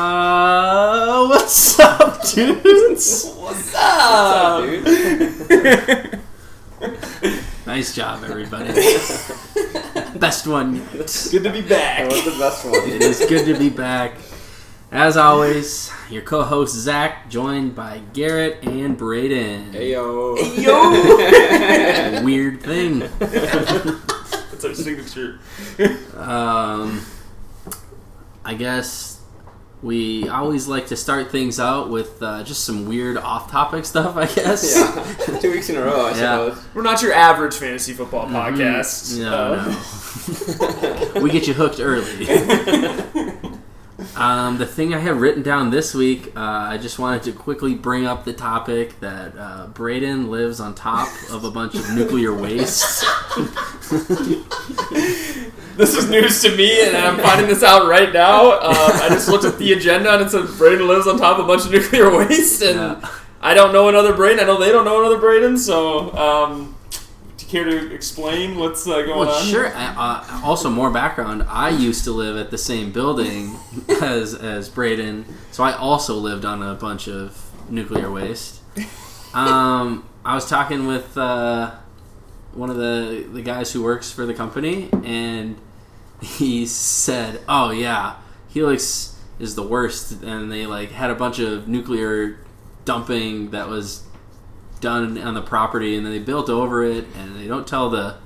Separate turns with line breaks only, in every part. Uh, what's up, dudes?
What's up, dude?
nice job, everybody. Best one yet.
Good to be back.
That was the best one.
It is good to be back. As always, your co-host Zach, joined by Garrett and Braden.
Ayo.
Ayo.
Weird thing.
That's our signature.
Um, I guess we always like to start things out with uh, just some weird off-topic stuff. I guess.
yeah. Two weeks in a row, I
Yeah.
suppose.
We're not your average fantasy
Mm-hmm.
football podcast.
No,
Uh,
no. we get you hooked early. Um, the thing I have written down this week, uh, I just wanted to quickly bring up the topic that uh, Braden lives on top of a bunch of nuclear waste.
This is news to me, and I'm finding this out right now. Um, I just looked at the agenda, and it said Braden lives on top of a bunch of nuclear waste, and
Yeah.
I don't know another Braden. I know they don't know another Braden, so um, do you care to explain what's uh, going
Well,
on?
sure. I, uh, also, more background. I used to live at the same building as as Braden, so I also lived on a bunch of nuclear waste. Um, I was talking with uh, one of the the guys who works for the company, and he said, "Oh yeah, Helix is the worst." And they like had a bunch of nuclear dumping that was done on the property, and then they built over it, and they don't tell the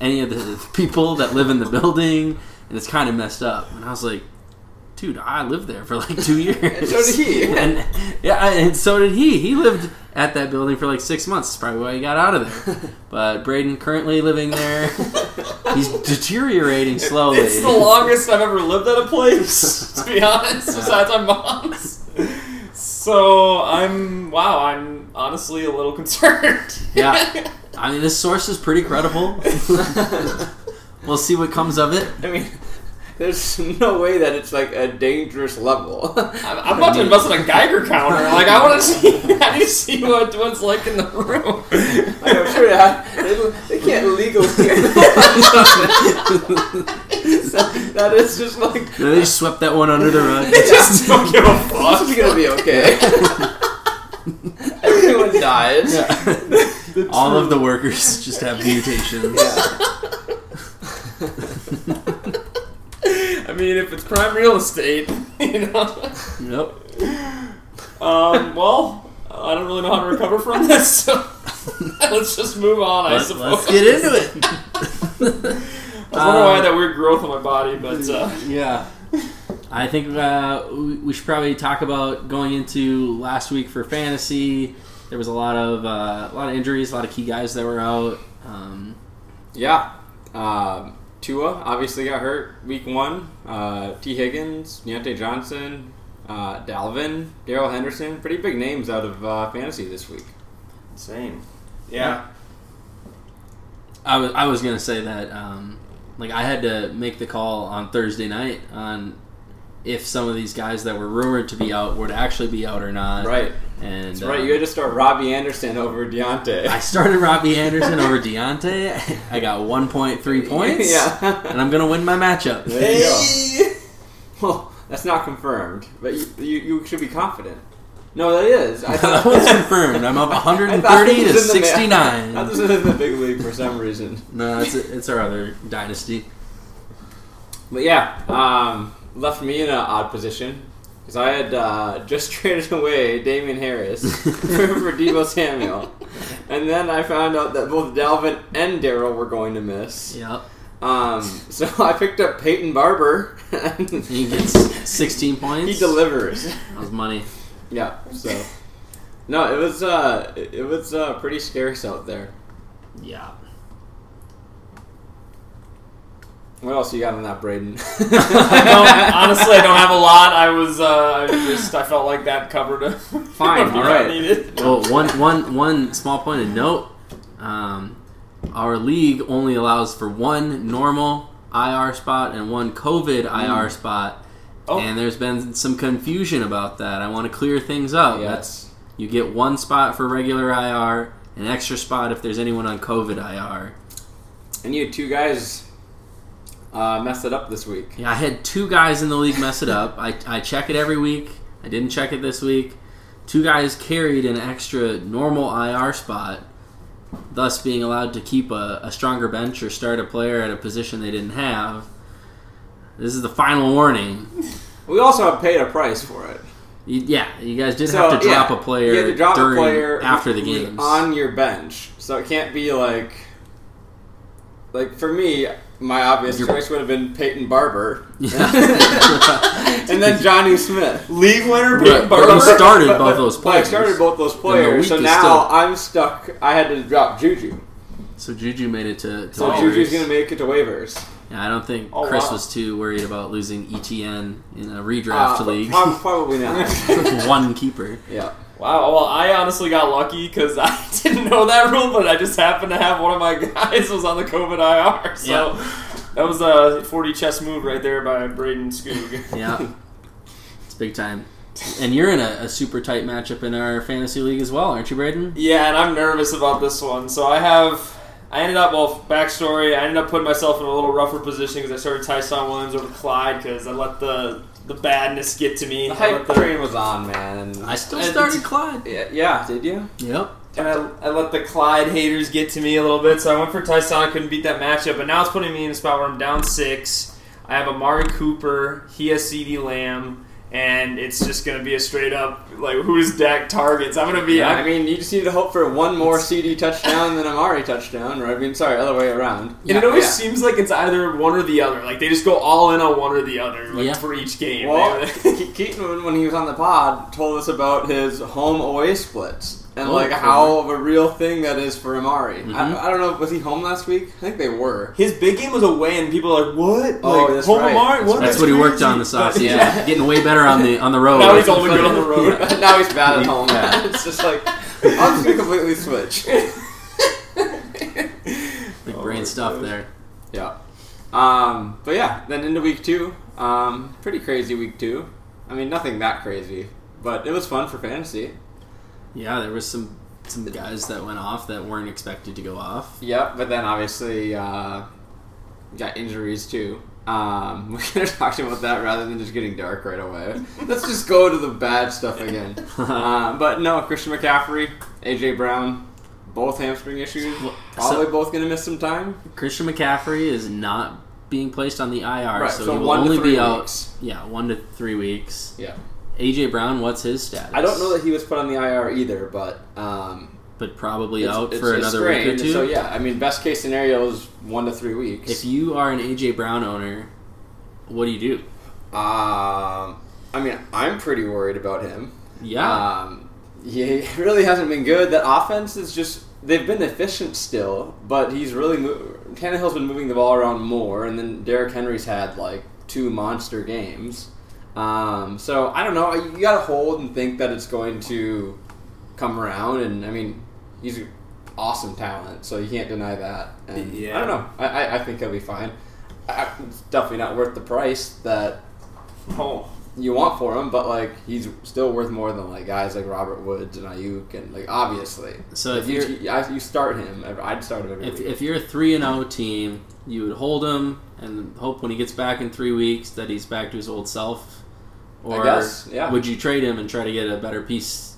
any of the people that live in the building, and it's kind of messed up. And I was like, dude, I lived there for like two years.
And so did he.
And yeah, and so did he. He lived at that building for like six months. That's probably why he got out of there. But Braden currently living there. He's deteriorating slowly.
It's the longest I've ever lived at a place, to be honest, besides my mom's. So I'm wow, I'm honestly a little concerned.
Yeah. I mean, this source is pretty credible. we'll see what comes of it.
I mean, there's no way that it's like a dangerous level.
I'm, I'm about to invest in a Geiger counter. Like I want to see, I need to see what what's like in the room.
Like, I'm sure that they, they can't legally. that is just like.
They just swept that one under the rug.
They just don't give a
This is
fuck.
gonna be okay. Everyone dies.
All of the workers just have mutations.
Yeah.
I mean, if it's prime real estate, you know.
Yep.
Um, well, I don't really know how to recover from this. So let's just move on. I
Let,
suppose.
us get into it.
I don't know why I
Uh,
had that weird growth on my body, but uh,
Yeah. I think uh, we we should probably talk about going into last week for fantasy. There was a lot of uh, a lot of injuries, a lot of key guys that were out. Um,
Yeah. Um, Tua obviously got hurt week one. Uh, T. Higgins, Deontay Johnson, uh, Dalvin, Daryl Henderson. Pretty big names out of uh, fantasy this week.
insane.
Yeah.
I was I was gonna say that um, like I had to make the call on Thursday night on if some of these guys that were rumored to be out would actually be out or not.
Right.
And
That's right.
um,
You had to start Robbie Anderson over Deontay.
I started Robbie Anderson over Deontay. I got 1.3 points.
yeah.
And I'm gonna win my matchup.
There you go. Well, that's not confirmed, but you, you, you should be confident. No, that is. I
that was confirmed. I'm up 130 to 69.
I was in the big league for some reason.
No, it's it's our other dynasty.
But yeah, um, left me in an odd position because I had uh, just traded away Damian Harris for Debo Samuel, and then I found out that both Dalvin and Daryl were going to miss.
Yep.
Um, so I picked up Peyton Barber. and
He gets 16 points.
he delivers.
That was money.
Yeah. So. No, it was uh, it it was uh, pretty scarce out there.
Yeah.
What else you got on that, Braden?
I don't, honestly, I don't have a lot. I was uh, I just I felt like that covered a
Fine, all right.
Needed.
Well, one one one small point of note. Um, our league only allows for one normal IR spot and one COVID IR spot.
Oh.
And there's been some confusion about that. I want to clear things up. That's you get one spot for regular IR, an extra spot if there's anyone on COVID IR.
And you had two guys uh, mess it up this week.
Yeah, I had two guys in the league mess it up. I, I check it every week. I didn't check it this week. Two guys carried an extra normal IR spot, thus being allowed to keep a, a stronger bench or start a player at a position they didn't have. This is the final warning.
We also have paid a price for it.
You, yeah, you guys did
So,
have to drop
yeah,
a player
you had to drop
during,
a player
after the
who was
games.
on your bench, so it can't be like, like for me, my obvious
Your-
choice would have been Peyton Barber,
Yeah.
and then Johnny Smith.
League winner
But- but
beat Barber.
you started
But-
both
but-
those
but I
players.
started both those
week
players, so
is
now
still-
I'm stuck. I had to drop Juju,
So Juju made it to. to
so
waivers.
Juju's gonna make it to waivers.
Yeah, I don't think
Oh,
Chris
wow.
was too worried about losing ETN in a redraft
Uh,
league.
prob- probably not.
One keeper.
yeah.
Wow, well, I honestly got lucky because I didn't know that rule, but I just happened to have one of my guys was on the COVID IR. So that was a 40 chess move right there by Braden Skoog.
Yeah, it's big time. And you're in a, a super tight matchup in our fantasy league as well, aren't you, Braden?
Yeah, and I'm nervous about this one. So I have, I ended up, well, backstory, I ended up putting myself in a little rougher position because I started Tyson Williams over Clyde because I let the the badness get to me.
The
I let
hype
the-
train was on, man.
I still
And-
started Clyde.
yeah, yeah, did you?
Yep.
and I, I let the Clyde haters get to me a little bit, so I went for Tyson. I couldn't beat that matchup, but now it's putting me in a spot where I'm down six. I have Amari Cooper, he has CD Lamb, and it's just going to be a straight up like who's Dak targets. I'm going to be.
Yeah, I
I'm,
mean, you just need to hope for one more CD touchdown than Amari touchdown, or I mean, sorry, other way around.
and it always seems like it's either one or the other. Like they just go all in on one or the other like,
Yeah.
for each game.
Well,
They-
Ke- Keaton, when he was on the pod, told us about his home away splits and
Oh,
like
okay.
how of a real thing that is for Amari.
Mhm.
I, I don't know, was he home last week? I think they were.
his big game was away, and people are like, "What?
Oh,
like,
that's
home
right.
Amari? What?
That's what he worked on this
That's
offseason.
crazy."
Yeah.
Getting way better on the on the road.
Now he's only good on the road.
Yeah.
now he's bad at home.
Yeah.
it's just like I'm just gonna completely switch.
Big
Oh
brain
my
stuff
gosh.
there.
Yeah. Um, but yeah, then into week two. Um, pretty crazy week two. I mean, nothing that crazy, but it was fun for fantasy.
Yeah, there was some some guys that went off that weren't expected to go off.
Yep, but then obviously uh, got injuries too. Um, we could have talked about that rather than just getting dark right away. Let's just go to the bad stuff again. Um, but no, Christian McCaffrey, AJ Brown, both hamstring issues.
Well,
Probably
so-
both gonna miss some time.
Christian McCaffrey is not being placed on the IR,
Right,
so,
so
he will
one to
only
three
be out.
weeks.
Yeah, one to three weeks.
Yeah,
AJ Brown, what's his status?
I don't know that he was put on the IR either, but um,
but probably
it's-
out
it's
for
a
another
strain,
week or two.
So yeah, I mean, best case scenario is one to three weeks.
If you are an AJ Brown owner, what do you do?
um, I mean, I'm pretty worried about him.
Yeah,
Um, he really hasn't been good. That offense is just they've been efficient still, but he's really mo- Tannehill's been moving the ball around more, and then Derrick Henry's had like two monster games. Um, so I don't know. You got to hold and think that it's going to come around, and I mean, he's an awesome talent, so you can't deny that. And I
Yeah.
don't know. I, I, I think he'll be fine. I, it's definitely not worth the price that
Oh.
you want for him, but like he's still worth more than like guys like Robert Woods and Ayuk and like obviously.
So if
you I- you start him, I'd start him every
if,
week.
if you're a three and zero team, you would hold him and hope when he gets back in three weeks that he's back to his old self. Or
guess, yeah.
would you trade him and try to get a better piece?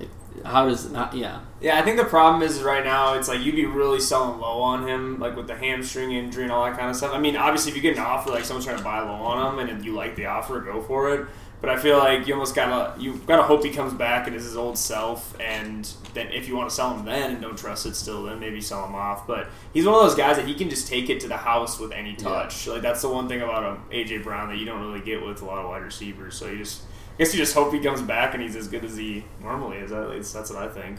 If- How does uh, yeah?
Yeah, I think the problem is right now it's like you'd be really selling low on him, like with the hamstring injury and all that kind of stuff. I mean, obviously, if you get an offer, like someone's trying to buy low on him, and if you like the offer, go for it. But I feel like you almost gotta you gotta hope he comes back and is his old self, and then if you want to sell him then and don't trust it still, then maybe sell him off. But he's one of those guys that he can just take it to the house with any touch. Like that's the one thing about um, AJ Brown that you don't really get with a lot of wide receivers. So you just I guess you just hope he comes back and he's as good as he normally is. At least that's what I think.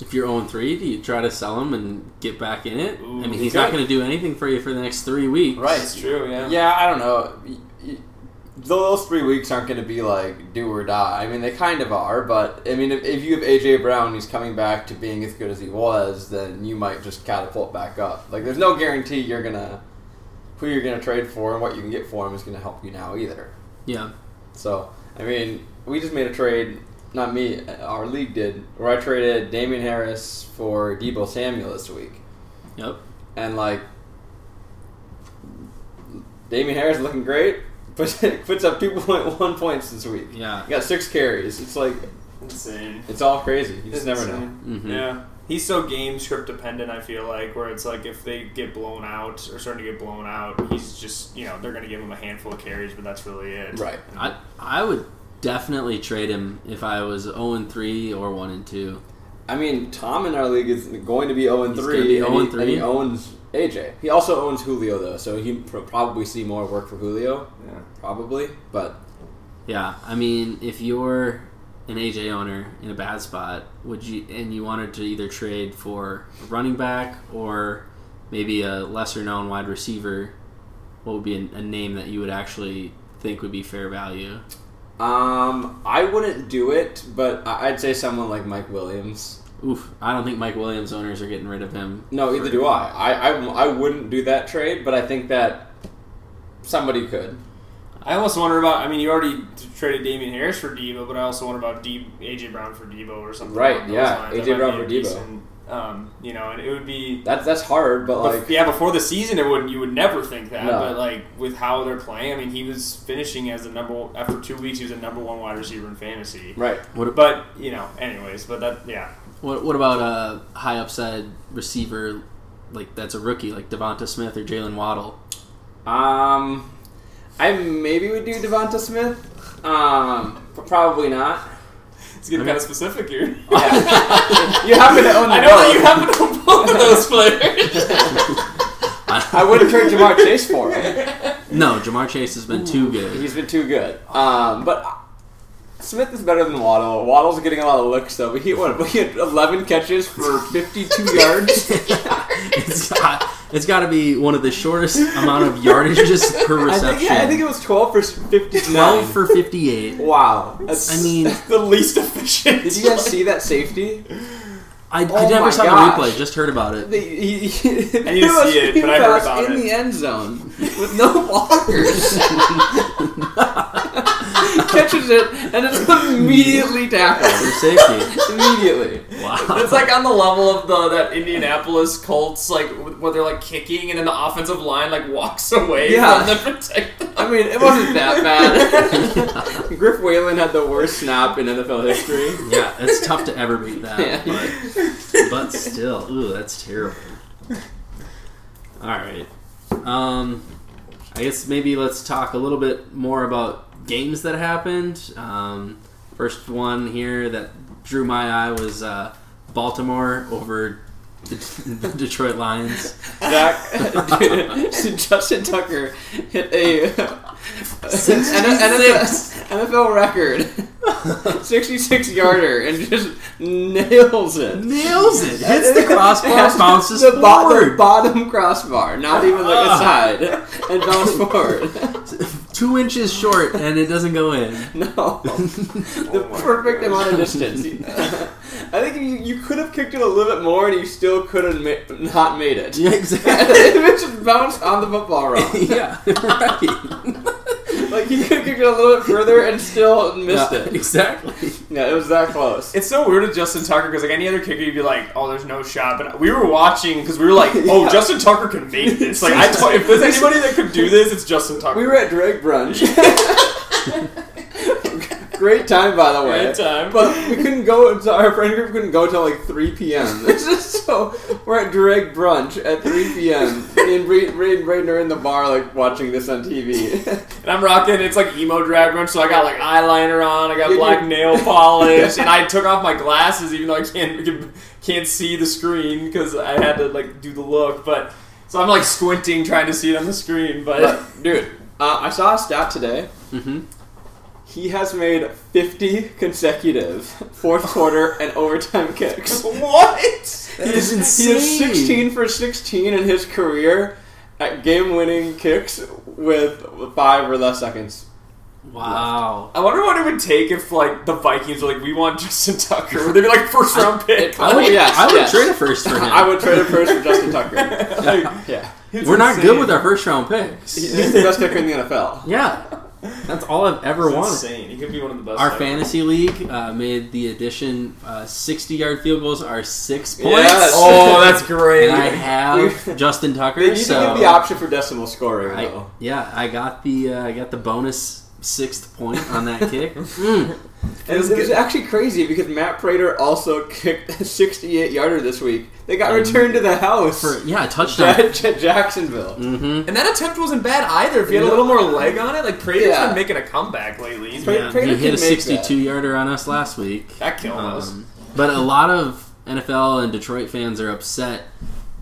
If you're 0 3, do you try to sell him and get back in it?
Ooh,
I mean,
you
he's not
could.
going to do anything for you for the next three weeks.
Right.
It's true, yeah.
yeah, I don't know. Y- y- Those three weeks aren't going to be like do or die. I mean, they kind of are, but I mean, if, if you have AJ Brown, he's coming back to being as good as he was, then you might just catapult back up. Like, there's no guarantee you're gonna who you're gonna trade for and what you can get for him is gonna help you now either.
Yeah.
So, I mean, we just made a trade. Not me, our league did. Where I traded Damian Harris for Debo Samuel this week,
Yep.
and like Damian Harris looking great. Puts, puts up 2.1 points this week.
Yeah.
He got six carries. It's like,
Insane.
it's all crazy. You just never know. Mm-hmm.
Insane.
Mhm.
Yeah. He's so game script dependent, I feel like, where it's like if they get blown out or starting to get blown out, he's just, you know, they're going to give him a handful of carries, but that's really it.
Right.
I I would definitely trade him if I was 0 and 3 or 1 and 2.
I mean, Tom in our league is going to be 0 and
He's
3.
gonna be
and
0 and
he-
three.
and he owns AJ. He also owns Julio, though, so he pro- probably see more work for Julio.
Yeah.
Probably. But
Yeah, I mean, if you're an AJ owner in a bad spot, would you and you wanted to either trade for a running back or maybe a lesser known wide receiver, what would be a, a name that you would actually think would be fair value?
um, I wouldn't do it, but I- I'd say someone like Mike Williams.
Oof, I don't think Mike Williams owners are getting rid of him.
No, either
for-
do I. I, I. I wouldn't do that trade, but I think that somebody could.
I almost wonder about. I mean, you already t- traded Damian Harris for Debo, but I also wonder about D, AJ Brown for Debo or something.
Right,
along those
yeah,
lines. That
AJ
might
Brown
be a
for Debo.
decent, Um, you know, and it would be.
That's that's hard, but
bef-
like
yeah, before the season, it would you would never think that,
No.
but like with how they're playing, I mean, he was finishing as the number one, after two weeks, he was the number one wide receiver in fantasy.
right.
What,
But you know, anyways, but that yeah,
what, what about a high upside receiver like that's a rookie like Devonta Smith or Jalen Waddle?
Um, I maybe would do Devonta Smith. Um, but probably not.
it's getting
Okay.
kind of specific here.
You happen to own.
I know that you happen to own both of those players.
I would have traded Jamar Chase for him.
No, Jamar Chase has been too good.
He's been too good. Um, but. uh, Smith is better than Waddle. Waddle's getting a lot of looks though. But he what? He had 11 catches for 52 yards.
It's got, it's got to be one of the shortest amount of yardages per
I
reception.
think, yeah, I think it was 12 for 59.
12 for 58.
Wow. That's,
I mean,
the least efficient.
did you guys see that safety?
I, I
Oh
never
my
saw
gosh.
the replay, just heard about it.
The, he, he,
I didn't
was
see it,
being
but I heard
passed
about
in
it.
the end zone with no blockers. Catches it and it's immediately tackled.
For safety.
Immediately.
Wow.
It's like on the level of the that Indianapolis Colts, like where they're like kicking, and then the offensive line like walks away
Yeah.
from the protector.
I mean, it wasn't that bad. Griff Whalen had the worst snap in NFL history.
Yeah, it's tough to ever beat that.
Yeah.
But, but still, ooh, that's terrible. All right. Um, I guess maybe let's talk a little bit more about games that happened. Um, first one here that drew my eye was uh, Baltimore over the Detroit Lions.
Zach, Justin Tucker hit a an, an, NFL record, sixty-six yarder, and just nails it.
Nails it. Hits the crossbar,
Hits
bounces
the, bo- the
forward.
bottom crossbar, not even like
Ah.
aside, and bounced forward.
Two inches short, and it doesn't go in.
No, the
my
perfect
gosh.
amount of distance. I think you, you could have kicked it a little bit more, and you still could have ma- not made it.
Yeah, exactly.
it just bounced on the football rock.
yeah, right.
Like you could kick it a little bit further and still missed
Yeah,
it.
Exactly.
Yeah, it was that close.
It's so weird with Justin Tucker because like any other kicker, you'd be like, "Oh, there's no shot." But we were watching because we were like, "Oh,
Yeah.
Justin Tucker can make this." Like, I told, if there's anybody that could do this, it's Justin Tucker.
We were at Drake brunch. Great time, by the way.
Great time.
But we couldn't go. So our friend group couldn't go till like 3 p.m. This is so. We're at Drake brunch at 3 p.m. Me and Bre- Bre- and Braden are in the bar, like watching this on TV.
and I'm rocking. It's like emo drag brunch, so I got like eyeliner on, I got
You
black
do-
nail polish, and I took off my glasses even though I can't can, can't see the screen because I had to like do the look. But so I'm like squinting trying to see it on the screen. But
But, dude, uh, I saw a stat today.
Mm-hmm.
He has made 50 consecutive fourth quarter and overtime kicks.
what?
That is
He is 16 for 16 in his career at game winning kicks with five or less seconds.
Wow.
I wonder what it would take if like the Vikings were like, we want Justin Tucker. Would they be like first round pick?
I would-
Like,
Oh, yes,
I would
yes.
trade a first for him.
I would trade a first for Justin Tucker.
like,
Yeah.
it's
We're not
insane.
good with our first round picks.
He's the best kicker in the NFL.
Yeah. That's all I've ever
It's
wanted.
insane. He could be one of the best.
Our
ever.
fantasy league uh, made the addition. Uh, Sixty-yard field goals are six points.
Yes.
Oh, that's great.
And I have Justin Tucker.
They need
so
to give the option for decimal scoring,
I-
though.
yeah, I got the uh, I got the bonus sixth point on that kick. Hmm.
And
Feels
it was
good.
actually crazy because Matt Prater also kicked a 68 yarder this week. They got returned to the house
Um, For, yeah, a touchdown.
at Jacksonville.
hmm
And that attempt wasn't bad either. If you had a
No.
little more leg on it, like Prater's
Yeah.
been making a comeback lately. He's
Prater-
been-
Prater
He hit
can
a
make that.
62 yarder on us last week.
that killed us.
Um, but a lot of NFL and Detroit fans are upset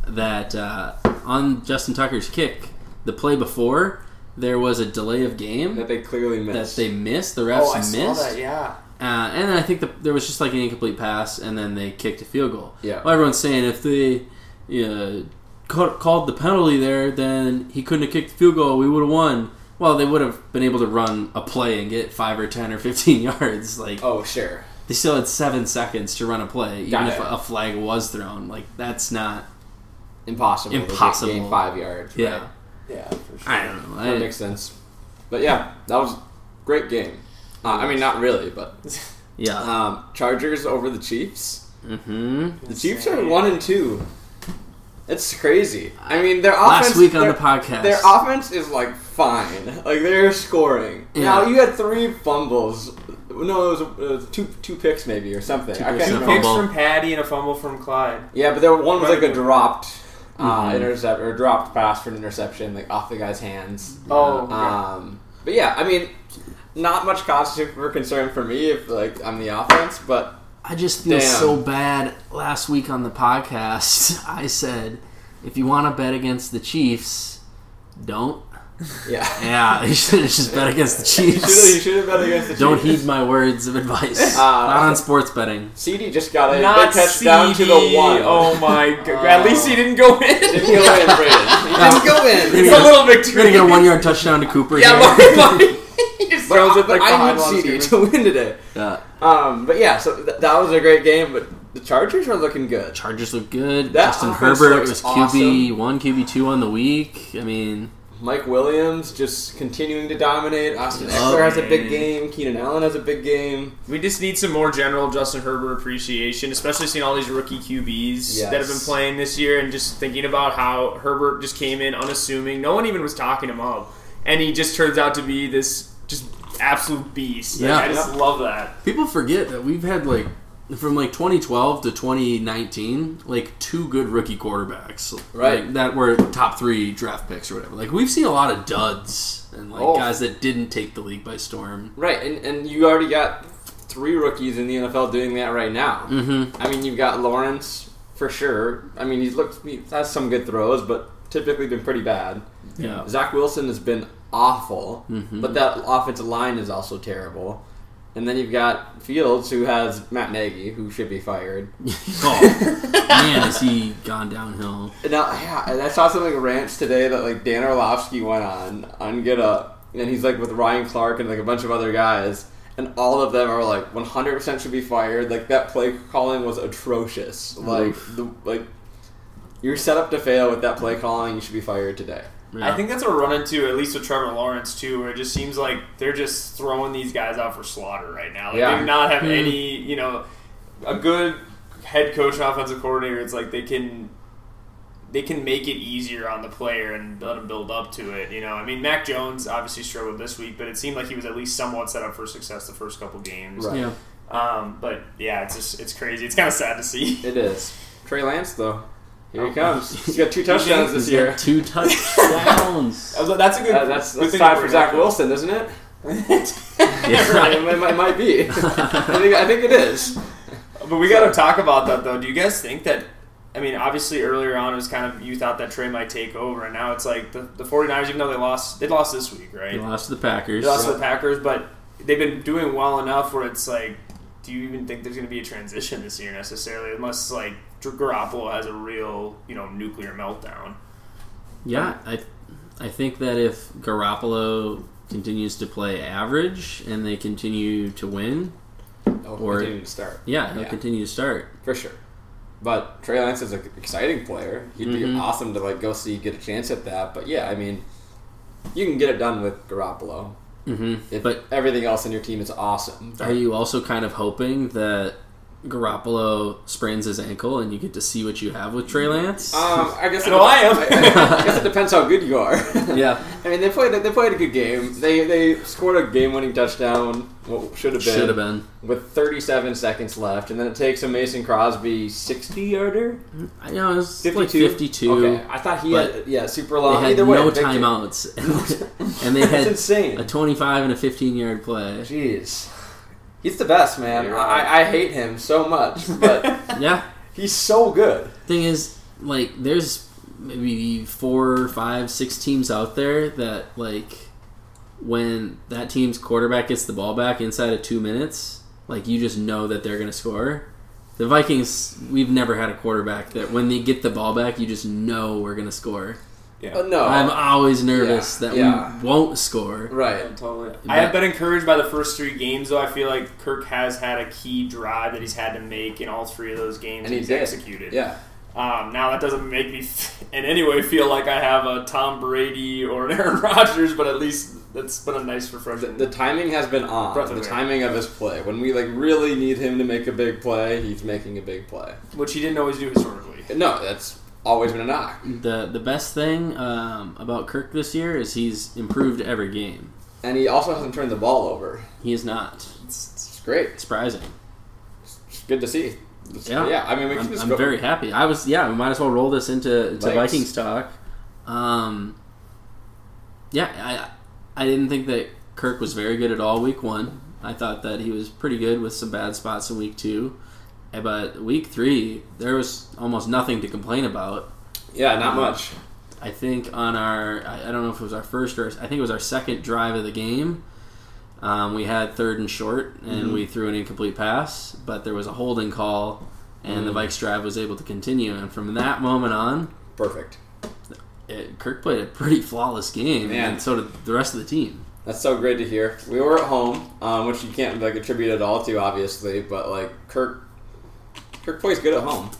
that uh, on Justin Tucker's kick, the play before, there was a delay of game
That they clearly
Mm. that
missed.
they missed. The refs
Oh, I saw
missed.
that. Yeah.
Uh, and then I think the, there was just like an incomplete pass, and then they kicked a field goal.
Yeah.
Well, everyone's saying if they uh, ca- called the penalty there, then he couldn't have kicked the field goal. We would have won. Well, they would have been able to run a play and get five or ten or fifteen yards. Like
oh, sure.
they still had seven seconds to run a play, even
Got
if
it.
a flag was thrown. Like that's not.
Impossible. to get
Impossible.
Game five yards. right?
Yeah.
Yeah, for sure.
I don't know.
That
I,
makes sense. But yeah, that was a great game. Uh, I mean, not really, but
yeah.
um, Chargers over the Chiefs.
Mm-hmm.
The Chiefs are one and two. It's crazy. I mean, their offense
Last week on
their-
the podcast,
Their offense is like fine. Like they're scoring.
Yeah.
Now you had three fumbles. No, it was, it was two two picks maybe or something.
Two
I
picks
can't
Two
and a
remember.
picks
fumble.
from Patty and a fumble from Clyde.
Yeah, but there one was like a
Right.
dropped uh,
Mhm.
intercept or dropped pass for an interception, like off the guy's hands.
Oh,
Uh,
okay.
Um, but yeah, I mean, not much cause for concern for me if like I'm the offense, but
I just feel
Damn.
so bad. Last week on the podcast, I said, if you want to bet against the Chiefs, don't.
yeah,
Yeah, you should have just bet against the
you should you
Chiefs.
should have bet against the
Don't
Chiefs.
heed my words of advice.
Uh,
Not on sports betting.
CD just got a
Not
big touchdown to the
CD.
one.
Oh my god! At least he didn't go in.
Didn't go in, Braden. He didn't go in.
It's a little victory.
We're gonna get a one-yard touchdown to Cooper.
Yeah,
here.
Mark Money. He just
But I, was
dropped
with, like,
it
I
behind
need
while I'm
CD
screaming.
to win today.
Yeah.
Um, but yeah, so th- that was a great game. But the Chargers are looking good.
Chargers look good.
That
Justin
offense
Herbert was
looks
QB one, QB two on the week. I mean,
Mike Williams just continuing to dominate. Austin
Yeah.
Eckler has a big
Man.
game. Keenan Allen has a big game.
We just need some more general Justin Herbert appreciation, especially seeing all these rookie QBs that have been
Yes.
playing this year and just thinking about how Herbert just came in unassuming. No one even was talking him up. And he just turns out to be this just absolute beast. Like,
Yeah.
I just love that.
people forget that we've had like from like 2012 to 2019 like two good rookie quarterbacks
Right.
like, that were top three draft picks or whatever like we've seen a lot of duds and like
Oh.
guys that didn't take the league by storm
Right, and, and you already got three rookies in the NFL doing that right now.
mm-hmm
I mean, you've got Lawrence for sure. I mean, he's looked he has some good throws, but typically been pretty bad.
yeah
Zach Wilson has been awful,
Mhm.
but that offensive line is also terrible. And then you've got Fields, who has Matt Nagy, who should be fired.
oh man has he gone downhill
And now, yeah, and I saw something like rants today that like Dan Orlovsky went on on Get Up, and he's like with Ryan Clark and like a bunch of other guys, and all of them are like 100 percent should be fired. Like that play calling was atrocious. Like the like you're set up to fail with that play calling. You should be fired today.
Yeah.
I think that's a run into, at least with Trevor Lawrence too, where it just seems like they're just throwing these guys out for slaughter right now. Like,
Yeah.
They do not have
Hmm.
any, you know, a good head coach and offensive coordinator. It's like they can they can make it easier on the player and let him build up to it. You know, I mean, Mac Jones obviously struggled this week, but it seemed like he was at least somewhat set up for success the first couple games.
Right.
yeah
Um, but yeah, it's just it's crazy. It's kind of sad to see.
It is Trey Lance though. Here he
Oh.
comes. He's got two touchdowns this
He's got
year.
two touchdowns
That's a good.
Uh, that's
good
that's
thing
tied
to
for
bring
Zach
up.
Wilson, isn't it?
Yeah.
Right, it, might, it might be. I think I think it is.
But we got to talk about that though. Do you guys think that? I mean, obviously earlier on it was kind of you thought that Trey might take over, and now it's like the, the 49ers, even though they lost, they lost this week, right?
they lost to the packers
They lost to the Packers, but they've been doing well enough where it's like, do you even think there's going to be a transition this year necessarily? Unless like Garoppolo has a real, you know, nuclear meltdown.
Yeah, I I think that if Garoppolo continues to play average and they continue to win,
Oh,
Or-
continue to start.
yeah, he'll
Yeah.
continue to start.
For sure. But Trey Lance is an exciting player. He'd be
Mhm.
awesome to like go see get a chance at that. But yeah, I mean, you can get it done with Garoppolo.
hmm
If
But-
everything else on your team is awesome.
Are you also kind of hoping that Garoppolo sprains his ankle and you get to see what you have with Trey Lance?
Um, I guess it
No, I am.
I guess it depends how good you are.
yeah,
I mean, they played. They played a good game. They they scored a game-winning touchdown. What should have been
should have been.
with 37 seconds left, and then it takes a Mason Crosby 60-yarder,
I know it was
52.
like fifty-two.
Okay, I thought he had yeah super long.
They had
Either way,
no
victory.
timeouts, and they
That's
had
insane.
a twenty-five and a fifteen-yard play.
Jeez, he's the best man.
You're right.
I, I hate him so much, but
Yeah.
he's so good.
thing is like there's maybe four five six teams out there that like when that team's quarterback gets the ball back inside of two minutes like you just know that they're gonna score the vikings we've never had a quarterback that when they get the ball back you just know we're gonna score
Yeah.
Oh, no,
i'm always nervous
Yeah,
that
yeah.
we won't score
right.
Totally. I have been encouraged by the first three games, though. I feel like Kirk has had a key drive that he's had to make in all three of those games,
And he
he's
did.
executed.
Yeah,
Um, now that doesn't make me in any way feel like I have a Tom Brady or an Aaron Rodgers, but at least that's been a nice
the,
refreshment.
the timing has been on.
Breath of
the
air.
timing of his play when we like really need him to make a big play, he's making a big play.
which he didn't always do historically.
No, that's always been a knock.
the the best thing um, about kirk this year is he's improved every game
And he also hasn't turned the ball over.
he is not
It's great.
surprising
It's good to see. It's-
Yeah.
yeah. I mean, we can
I'm,
just
I'm
go.
very happy. I was yeah. We might as well roll this into into
Vikes.
Vikings talk. Um, yeah, I I didn't think that Kirk was very good at all week one. I thought that he was pretty good with some bad spots in week two, Eh, but week three there was almost nothing to complain about.
yeah, not much.
I think on our I, I don't know if it was our first or I think it was our second drive of the game. Um, we had third and short, and we threw an incomplete pass, but there was a holding call, and the Vikes drive was able to continue. And from that moment on,
Perfect.
it, Kirk played a pretty flawless game,
Man.
and so did the rest of the team.
That's so great to hear. We were at home, um, which you can't like attribute at all to, obviously. But like Kirk, Kirk plays good at home.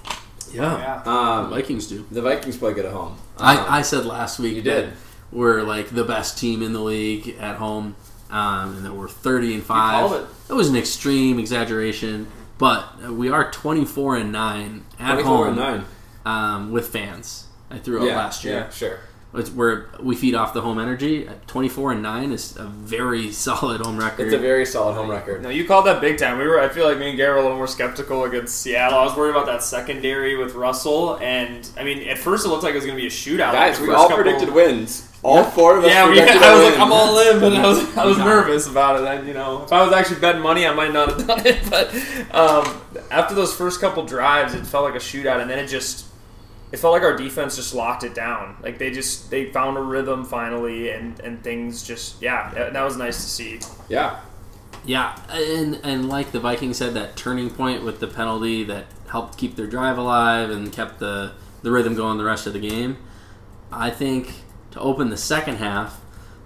Yeah.
The
Um,
Vikings do.
the Vikings play good at home. Um,
I, I said last week
you
that
did.
we're like the best team in the league at home, um, and that we're thirty and
called
five.
it.
That was an extreme exaggeration, but we are twenty four and nine at
24
home
and nine.
Um, with fans. I threw up
Yeah,
last
yeah,
year.
sure.
It's where we feed off the home energy. Twenty four and nine is a very solid home record.
It's a very solid home record.
No, you called that big time. We were. I feel like me and Gary were a little more skeptical against Seattle. I was worried about that secondary with Russell, and I mean, at first it looked like it was going to be a shootout.
Guys,
The
we
first
all
couple-
predicted wins. All four of us.
Yeah, we,
predicted
I
a
was
win.
like, I'm all in, but I was, I was
Yeah.
nervous about it. And you know, if I was actually betting money, I might not have done it. But um, after those first couple drives, it felt like a shootout, and then it just it felt like our defense just locked it down. Like they just they found a rhythm finally, and and things just yeah, that, that was nice to see.
Yeah.
Yeah, and and like the Vikings had that turning point with the penalty that helped keep their drive alive and kept the the rhythm going the rest of the game. I think to open the second half,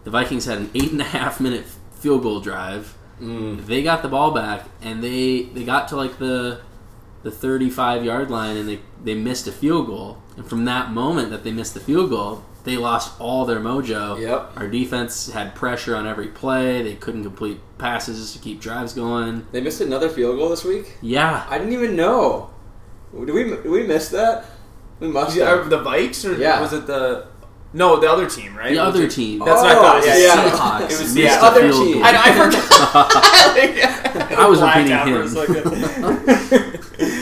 the Vikings had an eight and a half minute field goal drive.
Mm.
They got the ball back and they they got to like the the 35 yard line and they they missed a field goal. And from that moment that they missed the field goal, they lost all their mojo.
Yep.
Our defense had pressure on every play. They couldn't complete passes to keep drives going.
They missed another field goal this week.
Yeah.
I didn't even know. Did we did we miss that? We must. have.
uh, the Vikes or
Yeah.
was it the no the other team right?
The
Was
other
it-
team.
That's what I thought.
Oh,
Yeah,
yeah.
Seahawks
It was
missed
the
a
other
field
team.
goal.
I, know, I forgot.
I was
Blacked
repeating
out for a
him.
second.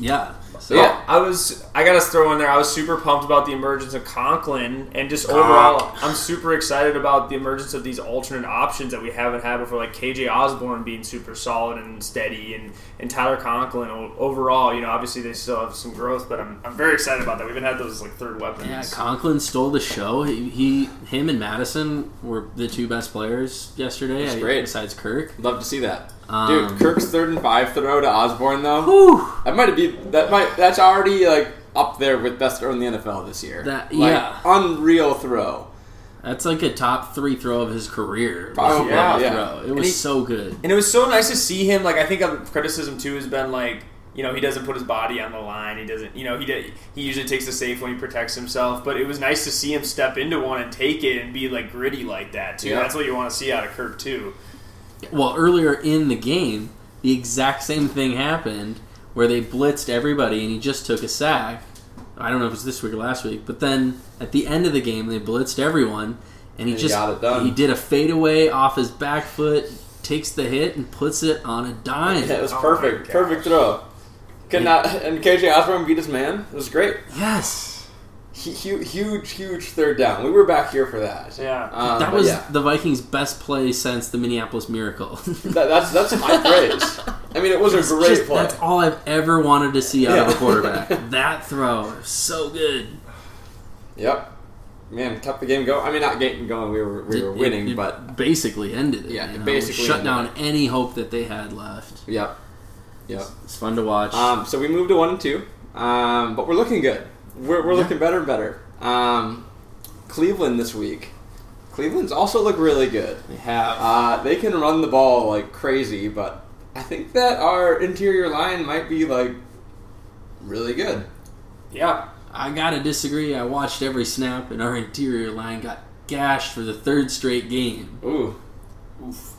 Yeah. So,
Yeah.
I was. I gotta throw in there. I was super pumped about the emergence of Conklin, and just overall, I'm super excited about the emergence of these alternate options that we haven't had before, like KJ Osborne being super solid and steady, and and Tyler Conklin. O- Overall, you know, obviously they still have some growth, but I'm, I'm very excited about that. We even had those like third weapons.
Yeah, Conklin stole the show. He, he, him, and Madison were the two best players yesterday.
That's
I-
great.
Besides Kirk.
Love to see that,
Um,
dude. Kirk's third and five throw to Osborne though.
Whew.
That might be that might that's already like up there with best throw in the NFL this year.
That-
Like,
yeah.
unreal throw.
That's like a top three throw of his career.
Probably,
Level
Oh, yeah.
throw. It was
he-
so good.
And it was so nice to see him. Like I think um, criticism too has been like you know, he doesn't put his body on the line. He doesn't, you know, he did, he usually takes the safe when he protects himself. But it was nice to see him step into one and take it and be like gritty like that too.
Yeah.
That's what you want to see out of Kirk too.
Well, earlier in the game, the exact same thing happened where they blitzed everybody and he just took a sack. I don't know if it was this week or last week, but then at the end of the game, they blitzed everyone and he
And he
just
got it done.
he did a fadeaway off his back foot, takes the hit and puts it on a dime.
That was
Oh my
perfect.
gosh.
Perfect throw. Could not, and KJ Osborne beat his man. It was great.
Yes.
Huge, huge, huge third down. We were back here for that.
Yeah.
Um,
that
but
was
yeah.
the Vikings' best play since the Minneapolis Miracle.
That- that's that's high praise. I mean, it was a
It's
great
just-
play.
That's all I've ever wanted to see out of
Yeah.
a quarterback. that throw, so good.
Yep. Man, kept the game going. I mean, not game going. We were we were
It-
winning,
it
but
basically ended it.
Yeah,
you
it
know?
basically
shut
ended
down any hope that they had left.
yep, yep.
It's fun to watch.
Um, so we moved to one and two, um, but we're looking good. We're, we're
Yeah.
looking better and better. Um, Cleveland this week. Cleveland's also look really good.
they have
Uh, they can run the ball like crazy, but I think that our interior line might be like really good.
yeah.
I gotta disagree. I watched every snap, and our interior line got gashed for the third straight game.
Ooh,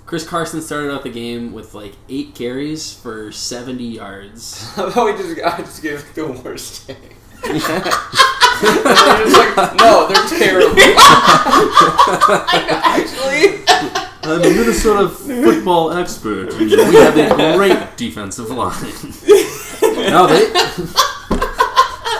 Chris Carson started out the game with like eight carries for seventy yards.
I thought we just I just gave like, the worst day. They're just like, no, they're terrible. Actually,
I'm a Minnesota football expert. We have a great defensive line. no, they.
I-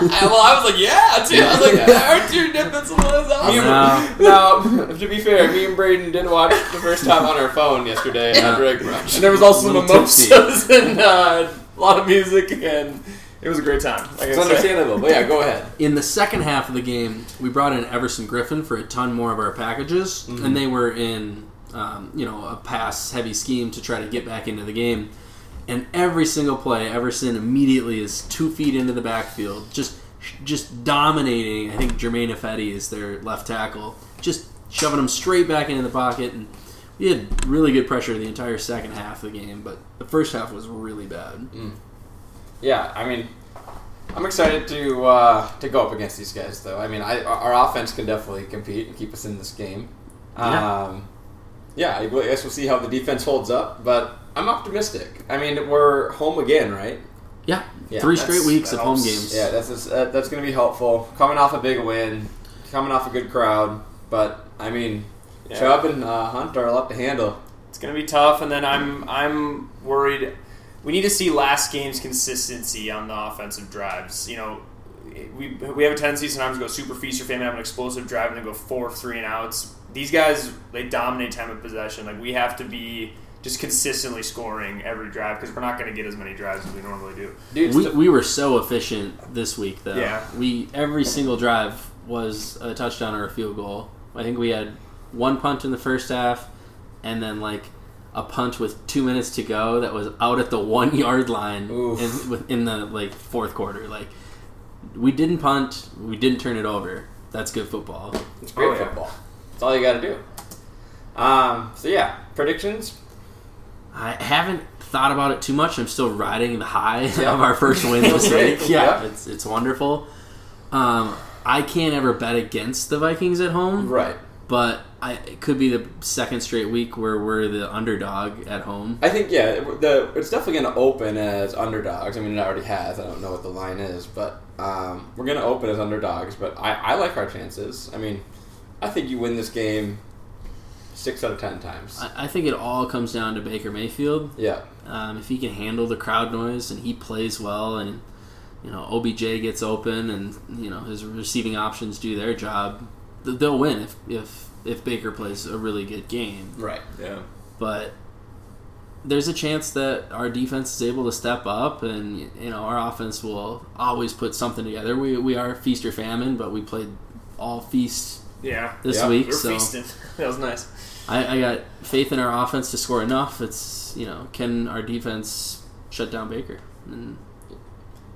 well, I was like, yeah, too. I was like, aren't you defensive lines
No.
No, to be fair, me and Braden did watch the first time on our phone yesterday
Yeah.
after egg brunch. And there was also
Little
mimosas and uh, a lot of music, and
It was a great time. Like I
it's
said.
understandable. But yeah, go ahead.
In the second half of the game, we brought in Everson Griffin for a ton more of our packages, and they were in, um, you know, a pass-heavy scheme to try to get back into the game. And every single play, Everson immediately is two feet into the backfield, just just dominating. I think Jermaine Effetti is their left tackle, just shoving him straight back into the pocket, and we had really good pressure the entire second half of the game, but the first half was really bad.
Yeah, I mean, I'm excited to uh, to go up against these guys, though. I mean, I, our our offense can definitely compete and keep us in this game.
Yeah.
Um, yeah, I gu- I guess we'll see how the defense holds up, but I'm optimistic. I mean, we're home again, right?
Yeah,
Yeah,
three
that's-
straight weeks
that
of home
helps.
games.
Yeah, that's that's, uh, that's going to be helpful. Coming off a big win, coming off a good crowd, but I mean,
Yeah.
Chubb and uh, Hunt are a lot to handle.
It's gonna be tough, and then I'm I'm worried. We need to see last game's consistency on the offensive drives. You know, we, we have a tendency sometimes to go super feast or famine, have an explosive drive, and then go four three and outs. These guys they dominate time of possession. Like we have to be just consistently scoring every drive because we're not gonna get as many drives as we normally do.
Dude,
We, we were so efficient this week, though.
Yeah.
We every single drive was a touchdown or a field goal. I think we had one punt in the first half, and then like a punt with two minutes to go that was out at the one yard line
Oof.
in, within the like fourth quarter. Like we didn't punt, we didn't turn it over. That's good football.
It's great
Oh, yeah.
football. That's all you got to do. Um, so yeah, predictions.
I haven't thought about it too much. I'm still riding the high
Yeah.
of our first win this
Right.
week. Yeah,
Yeah.
it's it's wonderful. Um, I can't ever bet against the Vikings at home,
Right.
but I, it could be the second straight week where we're the underdog at home.
I think yeah, it- the it's definitely going to open as underdogs. I mean, it already has. I don't know what the line is, but um, we're going to open as underdogs. But I, I like our chances. I mean, I think you win this game six out of ten times.
I, I think it all comes down to Baker Mayfield.
yeah,
Um, if he can handle the crowd noise and he plays well, and you know OBJ gets open, and you know his receiving options do their job, th- they'll win if if if Baker plays a really good game.
right.
Yeah.
but there's a chance that our defense is able to step up and you know our offense will always put something together we, we are feast or famine but we played all feast
Yeah.
this
Yeah,
week
We're
so
feasting. That was nice.
I, I got faith in our offense to score enough it's you know can our defense shut down baker and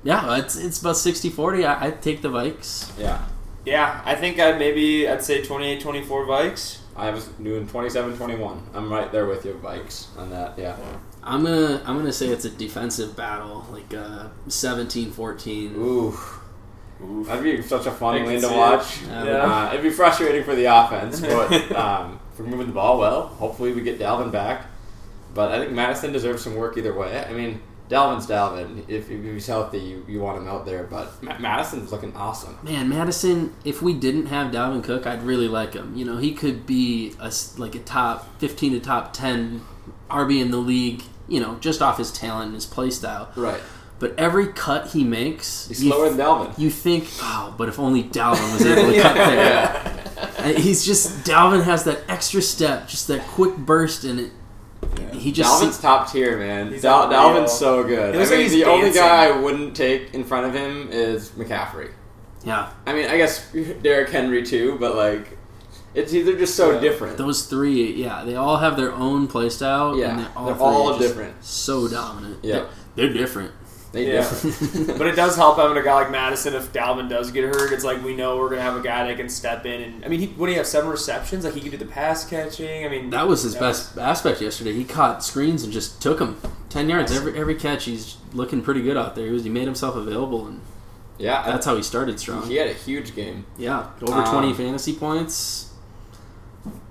yeah it's, it's about 60-40 I, I take the vikes
Yeah.
Yeah, I think I maybe I'd say 28-24 Vikes.
I was doing 27 21. I'm right there with you, Vikes, on that. Yeah.
I'm gonna I'm gonna say it's a defensive battle, like uh, 17-14.
Ooh. That'd be such a
I
fun
can
win to
see it.
watch.
Yeah.
Uh, it'd be frustrating for the offense, but um, for moving the ball well, hopefully we get Dalvin back. But I think Madison deserves some work either way. I mean, Dalvin's Dalvin. If if he's healthy, you, you want him out there. But Ma- Madison's looking awesome.
Man, Madison, if we didn't have Dalvin Cook, I'd really like him. You know, he could be a s like a top 15 to top 10 RB in the league, you know, just off his talent and his play style.
Right.
But every cut he makes,
He's
you-
slower than Dalvin.
you think, oh, but if only Dalvin was able to cut there. And He's just Dalvin has that extra step, just that quick burst, and it, he just
Dalvin's
seems-
top tier, man.
He's
Dal-
unreal.
Dalvin's so good.
He
I mean,
looks like he's
the only
dancing.
guy I wouldn't take in front of him is McCaffrey.
yeah.
I mean, I guess Derrick Henry too, but like, it's they're just so
Yeah.
different.
Those three, yeah, they all have their own play style.
Yeah,
and they're all,
they're
three
all
are just
different.
So dominant.
Yeah.
they're, they're different.
They
Yeah.
different.
But it does help having a guy like Madison if Dalvin does get hurt. It's like we know we're gonna have a guy that can step in and I mean he when he have seven receptions, like he could do the pass catching. I mean
That was his best aspect yesterday. He caught screens and just took them ten yards every every catch. He's looking pretty good out there. He, was, he made himself available, and
yeah, I-
that's how he started strong.
he had a huge game.
Yeah, over
Um,
twenty fantasy points.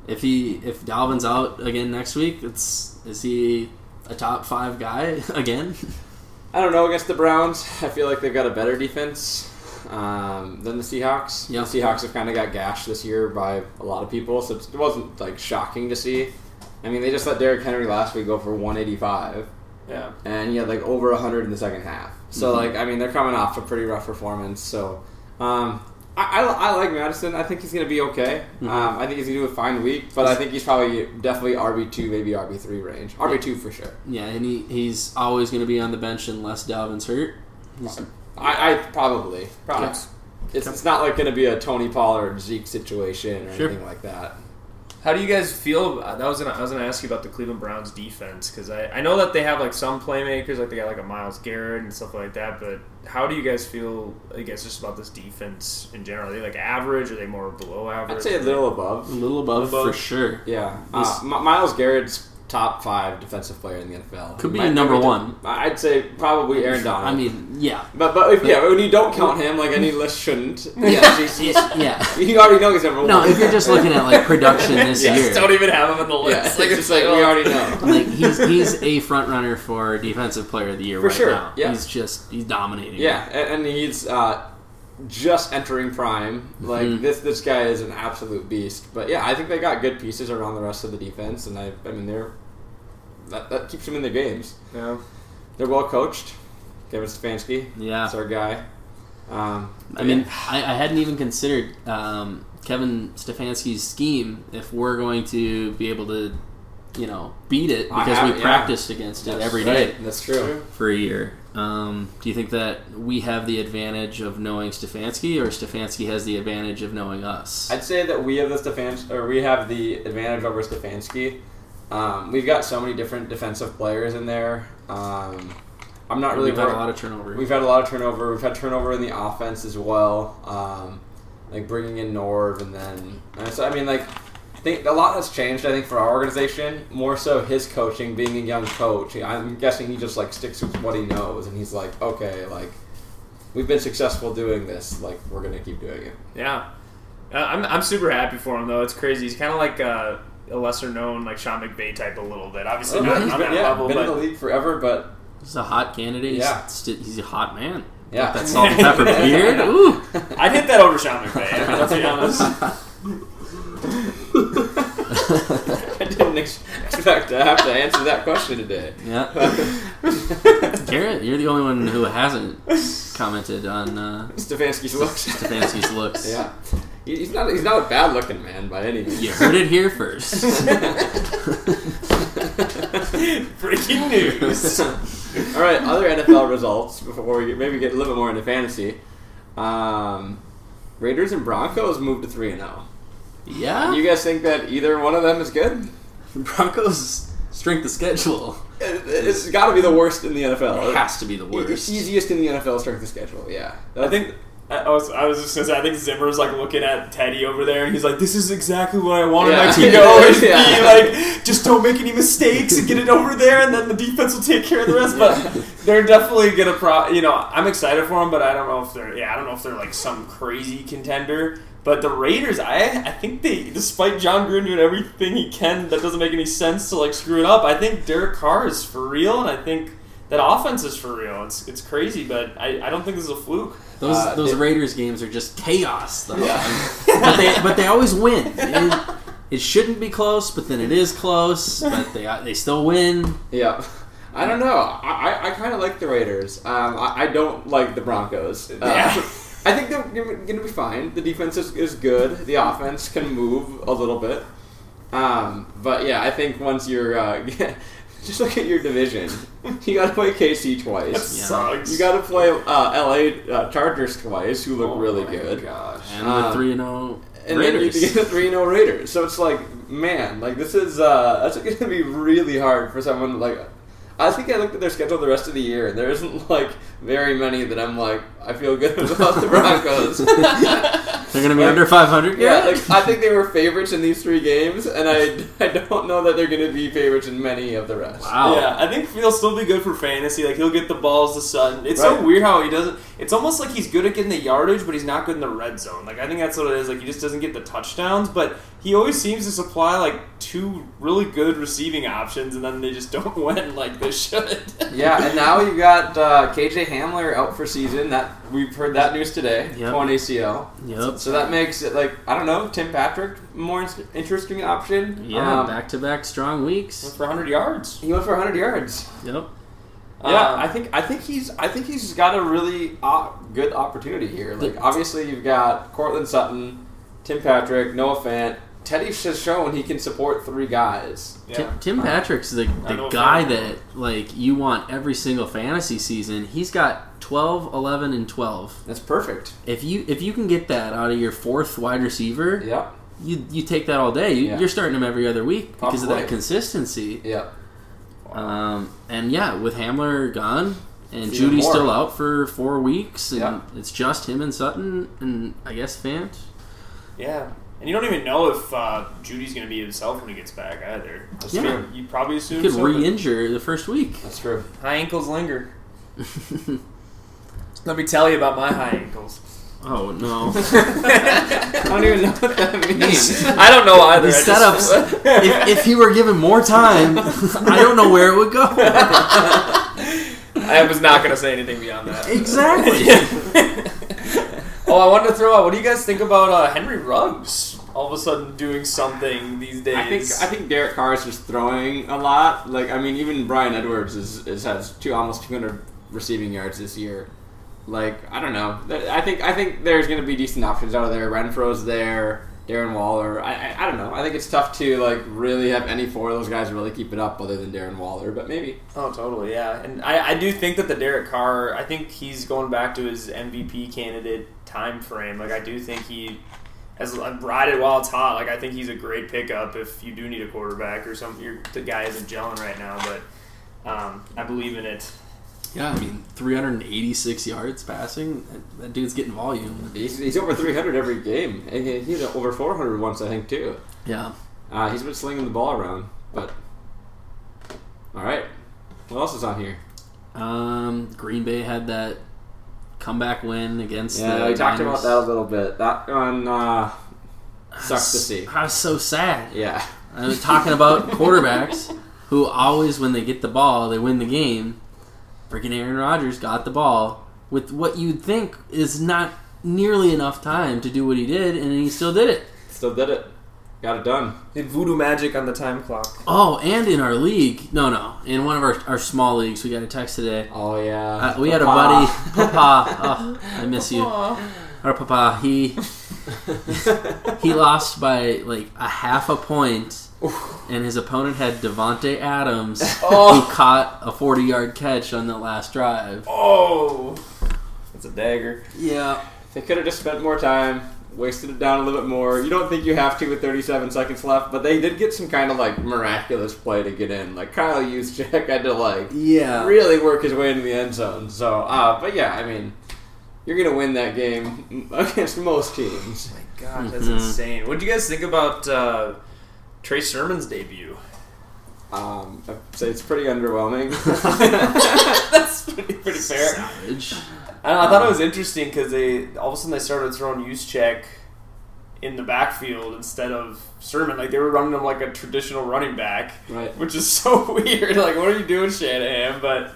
If he if Dalvin's out again next week, it's is he a top five guy again?
I don't know against the Browns. I feel like they've got a better defense um, than the Seahawks.
Yeah.
The Seahawks have kind of got gashed this year by a lot of people, so it's- it wasn't like shocking to see. I mean, they just let Derrick Henry last week go for 185,
yeah.
and he had like over 100 in the second half. So
Mm-hmm.
like, I mean, they're coming off a pretty rough performance. So um, I, I, I like Madison. I think he's gonna be okay.
Mm-hmm.
Um, I think he's gonna do a fine week, but I think he's probably definitely RB two, maybe RB three range. RB two for sure.
yeah, and he, he's always going to be on the bench unless Dalvin's hurt.
I, I probably.
Probably.
Yeah. It's, it's not like going to be a Tony Pollard Zeke situation or
Sure.
anything like that.
How do you guys feel? That was gonna, I was gonna ask you about the Cleveland Browns defense because I, I know that they have like some playmakers, like they got like a Miles Garrett and stuff like that. But how do you guys feel? I guess just about this defense in general. Are they like average? Are they more below average?
I'd say a little above.
A little above,
Above.
for sure.
Yeah, uh,
He's-
M- Miles Garrett's top five defensive player in the NFL.
Could be
Might-
number
might be-
one.
I'd say probably Aaron Donald.
I mean, yeah,
but but if, yeah, when you don't count him, like any list shouldn't. Yeah, he's- he's-
yeah.
you already know he's number one.
No, if you're just looking at like production this
Yeah,
year,
just don't even have them on the
yeah,
list.
it's like, it's like we
oh.
already know.
like he's he's a front runner for defensive player of the year
For
right
sure,
now.
yeah.
He's just he's dominating.
Yeah, and, and he's uh, just entering prime. Like
Mhm.
this, this guy is an absolute beast. But yeah, I think they got good pieces around the rest of the defense, and I, I mean, they're that, that keeps them in the games.
Yeah.
They're well coached. Kevin Stefanski,
yeah.
that's our guy. Um,
I mean, I, I hadn't even considered um, Kevin Stefanski's scheme if we're going to be able to, you know, beat it
I
because
have-
we
yeah.
practiced against it
that's
every day
right, That's true.
for a year. Um, do you think that we have the advantage of knowing Stefanski, or Stefanski has the advantage of knowing us?
I'd say that we have the Stefans or we have the advantage over Stefanski. Um, we've got so many different defensive players in there. Um, I'm not really
We've had a
wor-
lot of turnover.
We've had a lot of turnover. We've had turnover in the offense as well, um, like bringing in Norv, and then and so I mean, like, I think a lot has changed. I think for our organization, more so his coaching, being a young coach. I'm guessing he just like sticks with what he knows, and he's like, okay, like, we've been successful doing this, like, we're gonna keep doing it.
Yeah, Uh, I'm, I'm super happy for him though. It's crazy. He's kind of like uh, a lesser known like Sean McVay type a little bit. Obviously not
He's
on
been,
that
Oh, yeah,
level,
been in the
but
league forever, but
he's a hot candidate.
Yeah.
He's, st- he's a hot man.
yeah,
That salt and pepper beard. Ooh.
I'd hit that over Sean McVay. Let's be honest.
I didn't ex- expect to have to answer that question today.
Yeah. Garrett, you're the only one who hasn't commented on uh,
Stefanski's looks.
Stefanski's looks.
Yeah, He- he's not he's not a bad looking man by any means.
You heard it here first.
Breaking news.
All right, other NFL results before we get, maybe get a little bit more into fantasy. Um, Raiders and Broncos moved to three and zero.
Yeah.
You guys think that either one of them is good?
Broncos strength of schedule
It- It's got to be the worst in the NFL.
has to be the worst.
E- Easiest in the NFL strength of schedule. Yeah,
I think I I was, I was just gonna say, I think Zimmer's like looking at Teddy over there, and he's like, "This is exactly what I wanted
Yeah.
my team to always
Yeah.
be like. Just don't make any mistakes and get it over there, and then the defense will take care of the rest." But they're definitely gonna, pro- you know, I'm excited for them, but I don't know if they're, yeah, I don't know if they're like some crazy contender. But the Raiders, I, I think they, despite John Gruden doing everything he can that doesn't make any sense to like screw it up, I think Derek Carr is for real, and I think that offense is for real. It's it's crazy, but I, I don't think this is a fluke.
Those
Uh,
those
they-
Raiders games are just chaos, though.
Yeah.
but they but they always win. It, it shouldn't be close, but then it is close. But they uh, they still win.
Yeah. I don't know. I, I, I kind of like the Raiders. Um, I, I don't like the Broncos. Uh,
Yeah.
I think they're going to be fine. The defense is, is good. The offense can move a little bit. Um, but yeah, I think once you're. Uh, just look at your division. You got to play KC
That
twice.
sucks.
You got to play uh, LA uh, Chargers twice, who look
Oh
really
my
good.
Gosh.
And
Uh,
the three and zero
And then you
Raiders.
get a 3 0 Raiders. So it's like, man, like this is, uh, that's going to be really hard for someone like. I think I looked at their schedule the rest of the year, and there isn't like very many that I'm like, I feel good about the Broncos.
They're gonna be
Like-
under five hundred.
yeah, like I think they were favorites in these three games, and I, I don't know that they're going to be favorites in many of the rest.
wow.
Yeah, I think he'll still be good for fantasy. Like he'll get the balls to Sutton. It's
Right.
so weird how he doesn't. It's almost like he's good at getting the yardage, but he's not good in the red zone. Like I think that's what it is. Like he just doesn't get the touchdowns, but he always seems to supply like two really good receiving options, and then they just don't win like they should.
Yeah, and now you've got uh, KJ Hamler out for season. That We've heard that news today,
Yep.
torn ACL.
Yep.
So that makes it like I don't know Tim Patrick more in- interesting option.
Yeah.
Um,
Back to back strong weeks.
for 100 yards.
he went for 100 yards.
Yep.
yeah,
Um,
I think I think he's I think he's got a really op- good opportunity here. Like obviously you've got Cortland Sutton, Tim Patrick, Noah Fant. Teddy has shown he can support three guys.
Yeah.
Tim, Tim Patrick's the, the
know
guy
Fant.
that like you want every single fantasy season. He's got 12, 11, and twelve.
That's perfect.
If you if you can get that out of your fourth wide receiver,
Yeah,
you you take that all day. You,
Yeah.
You're starting him every other week because of
Probably.
that consistency.
yeah.
Uh,
Um, and yeah, with Hamler gone and
It's even
Judy's
more.
still out for four weeks, and
Yeah.
it's just him and Sutton, and I guess Fant.
Yeah. And you don't even know if uh, Judy's going to be himself when he gets back either. That's
Yeah.
true. You probably assume
He could
so, but
re-injure the first week.
That's true.
High ankles linger. Let me tell you about my high ankles.
oh no!
I don't even know what that means.
I don't know either.
These
I just-
setups. if, if he were given more time, I don't know where it would go.
I was not going to say anything beyond that.
Exactly.
oh, I wanted to throw out. What do you guys think about uh, Henry Ruggs? All of a sudden, doing something these days.
I think I think Derek Carr is just throwing a lot. Like I mean, even Brian Edwards is, is has two almost 200 receiving yards this year. Like I don't know. Th- I think I think there's going to be decent options out of there. Renfro's there. Darren Waller. I, I I don't know. I think it's tough to like really have any four of those guys really keep it up other than Darren Waller. But maybe
Oh, totally, yeah. And I, I do think that the Derek Carr, I think he's going back to his MVP candidate time frame. Like, I do think he, as like, ride it while it's hot. Like, I think he's a great pickup if you do need a quarterback or something. You're, the guy isn't gelling right now, but um, I believe in it.
yeah, I mean, 386 yards passing. That, that dude's getting volume.
he's, he's over 300 every game. And he, he's over 400 once I think too.
Yeah.
Uh, he's been slinging the ball around. But all right, what else is on here?
Um, Green Bay had that comeback win against.
Yeah,
the
we talked
Niners.
about that a little bit. That one uh,
I
sucks to
was-
see.
I was so sad.
Yeah,
I was talking about quarterbacks who always, when they get the ball, they win the game. Freaking Aaron Rodgers got the ball with what you'd think is not nearly enough time to do what he did, and he still did it.
still did it. Got it done.
voodoo magic on the time clock.
Oh, and in our league, no, no, in one of our, our small leagues, we got a text today.
Oh yeah,
Uh, we had a buddy, Papa. Oh, I miss you. Our Papa. He he lost by like a half a point, and his opponent had Devonte Adams, who caught a forty-yard catch on the last drive.
Oh, that's a dagger.
Yeah,
They could have just spent more time, wasted it down a little bit more. You don't think you have to with 37 seconds left, but they did get some kind of like miraculous play to get in. Like Kyle Juszczyk had to like
yeah.
really work his way into the end zone. So, uh, but yeah, I mean, you're gonna win that game against most teams.
My God, that's
Mhm.
insane. What do you guys think about uh, Trey Sermon's debut?
Um, I'd say it's pretty underwhelming.
that's pretty, pretty fair.
Savage.
I, don't know, I
Um,
thought it was interesting because they all of a sudden they started throwing use check in the backfield instead of Sermon. Like they were running him like a traditional running back,
right.
which is so weird. Like what are you doing, Shanahan? But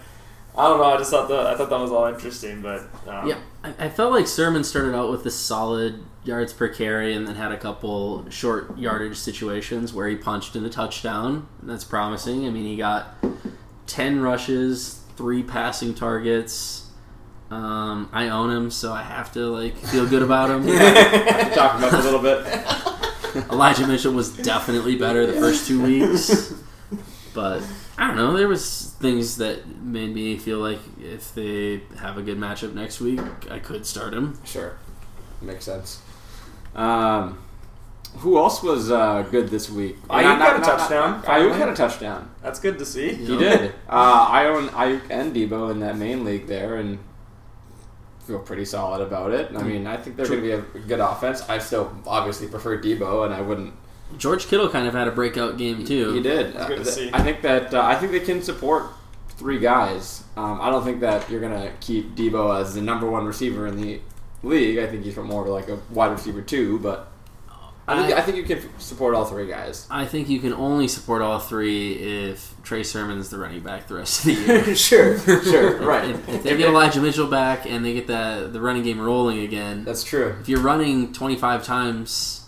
I don't know. I just thought that I thought that was all interesting. But um,
Yeah, I, I felt like Sermon started out with this solid yards per carry and then had a couple short yardage situations where he punched in a touchdown. That's promising. I mean, he got 10 rushes, three passing targets. Um, I own him, so I have to like feel good about him.
Have to talk him up a little bit.
Elijah Mitchell was definitely better the first two weeks, but I don't know. There was things that made me feel like if they have a good matchup next week, I could start him.
Sure, makes sense. Um, who else was uh, good this week? Not-
Ayuk got a
not- not- Ayuk
touchdown,
had
finally.
a touchdown.
that's good to see.
He did. Uh, I own Ayuk and Debo in that main league there, and feel pretty solid about it.
Mm.
I mean, I think they're going to be a good offense. I still obviously prefer Debo, and I wouldn't.
George Kittle kind of had a breakout game too.
He did.
That's good to
Uh, th-
see.
I think that uh, I think they can support three guys. Um, I don't think that you're going to keep Debo as the number one receiver in the league. I think he's more like a wide receiver two, but. I
I-
think, I think you can f- support all three guys.
I think you can only support all three if Trey Sermon's the running back the rest of the year.
sure, sure, right.
If, if they get Elijah Mitchell back and they get the the running game rolling again,
That's true.
if you're running 25 times,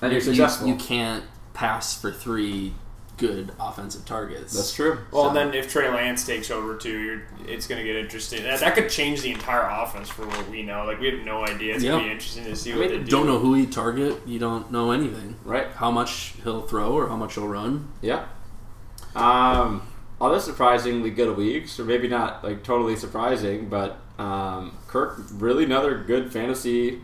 And
you,
you're
you-
successful.
you can't pass for three good offensive targets.
That's true.
Well,
So-
and then if Trey Lance takes over too, you're, it's going to get interesting. That, that could change the entire offense for what we know. Like we have no idea. It's going
Yeah.
to be interesting to see
I
what
mean,
they do.
don't know who he target. You don't know anything.
Right.
How much he'll throw or how much he'll run.
Yeah. Um, other surprisingly good weeks, or maybe not like totally surprising, but um, Kirk really another good fantasy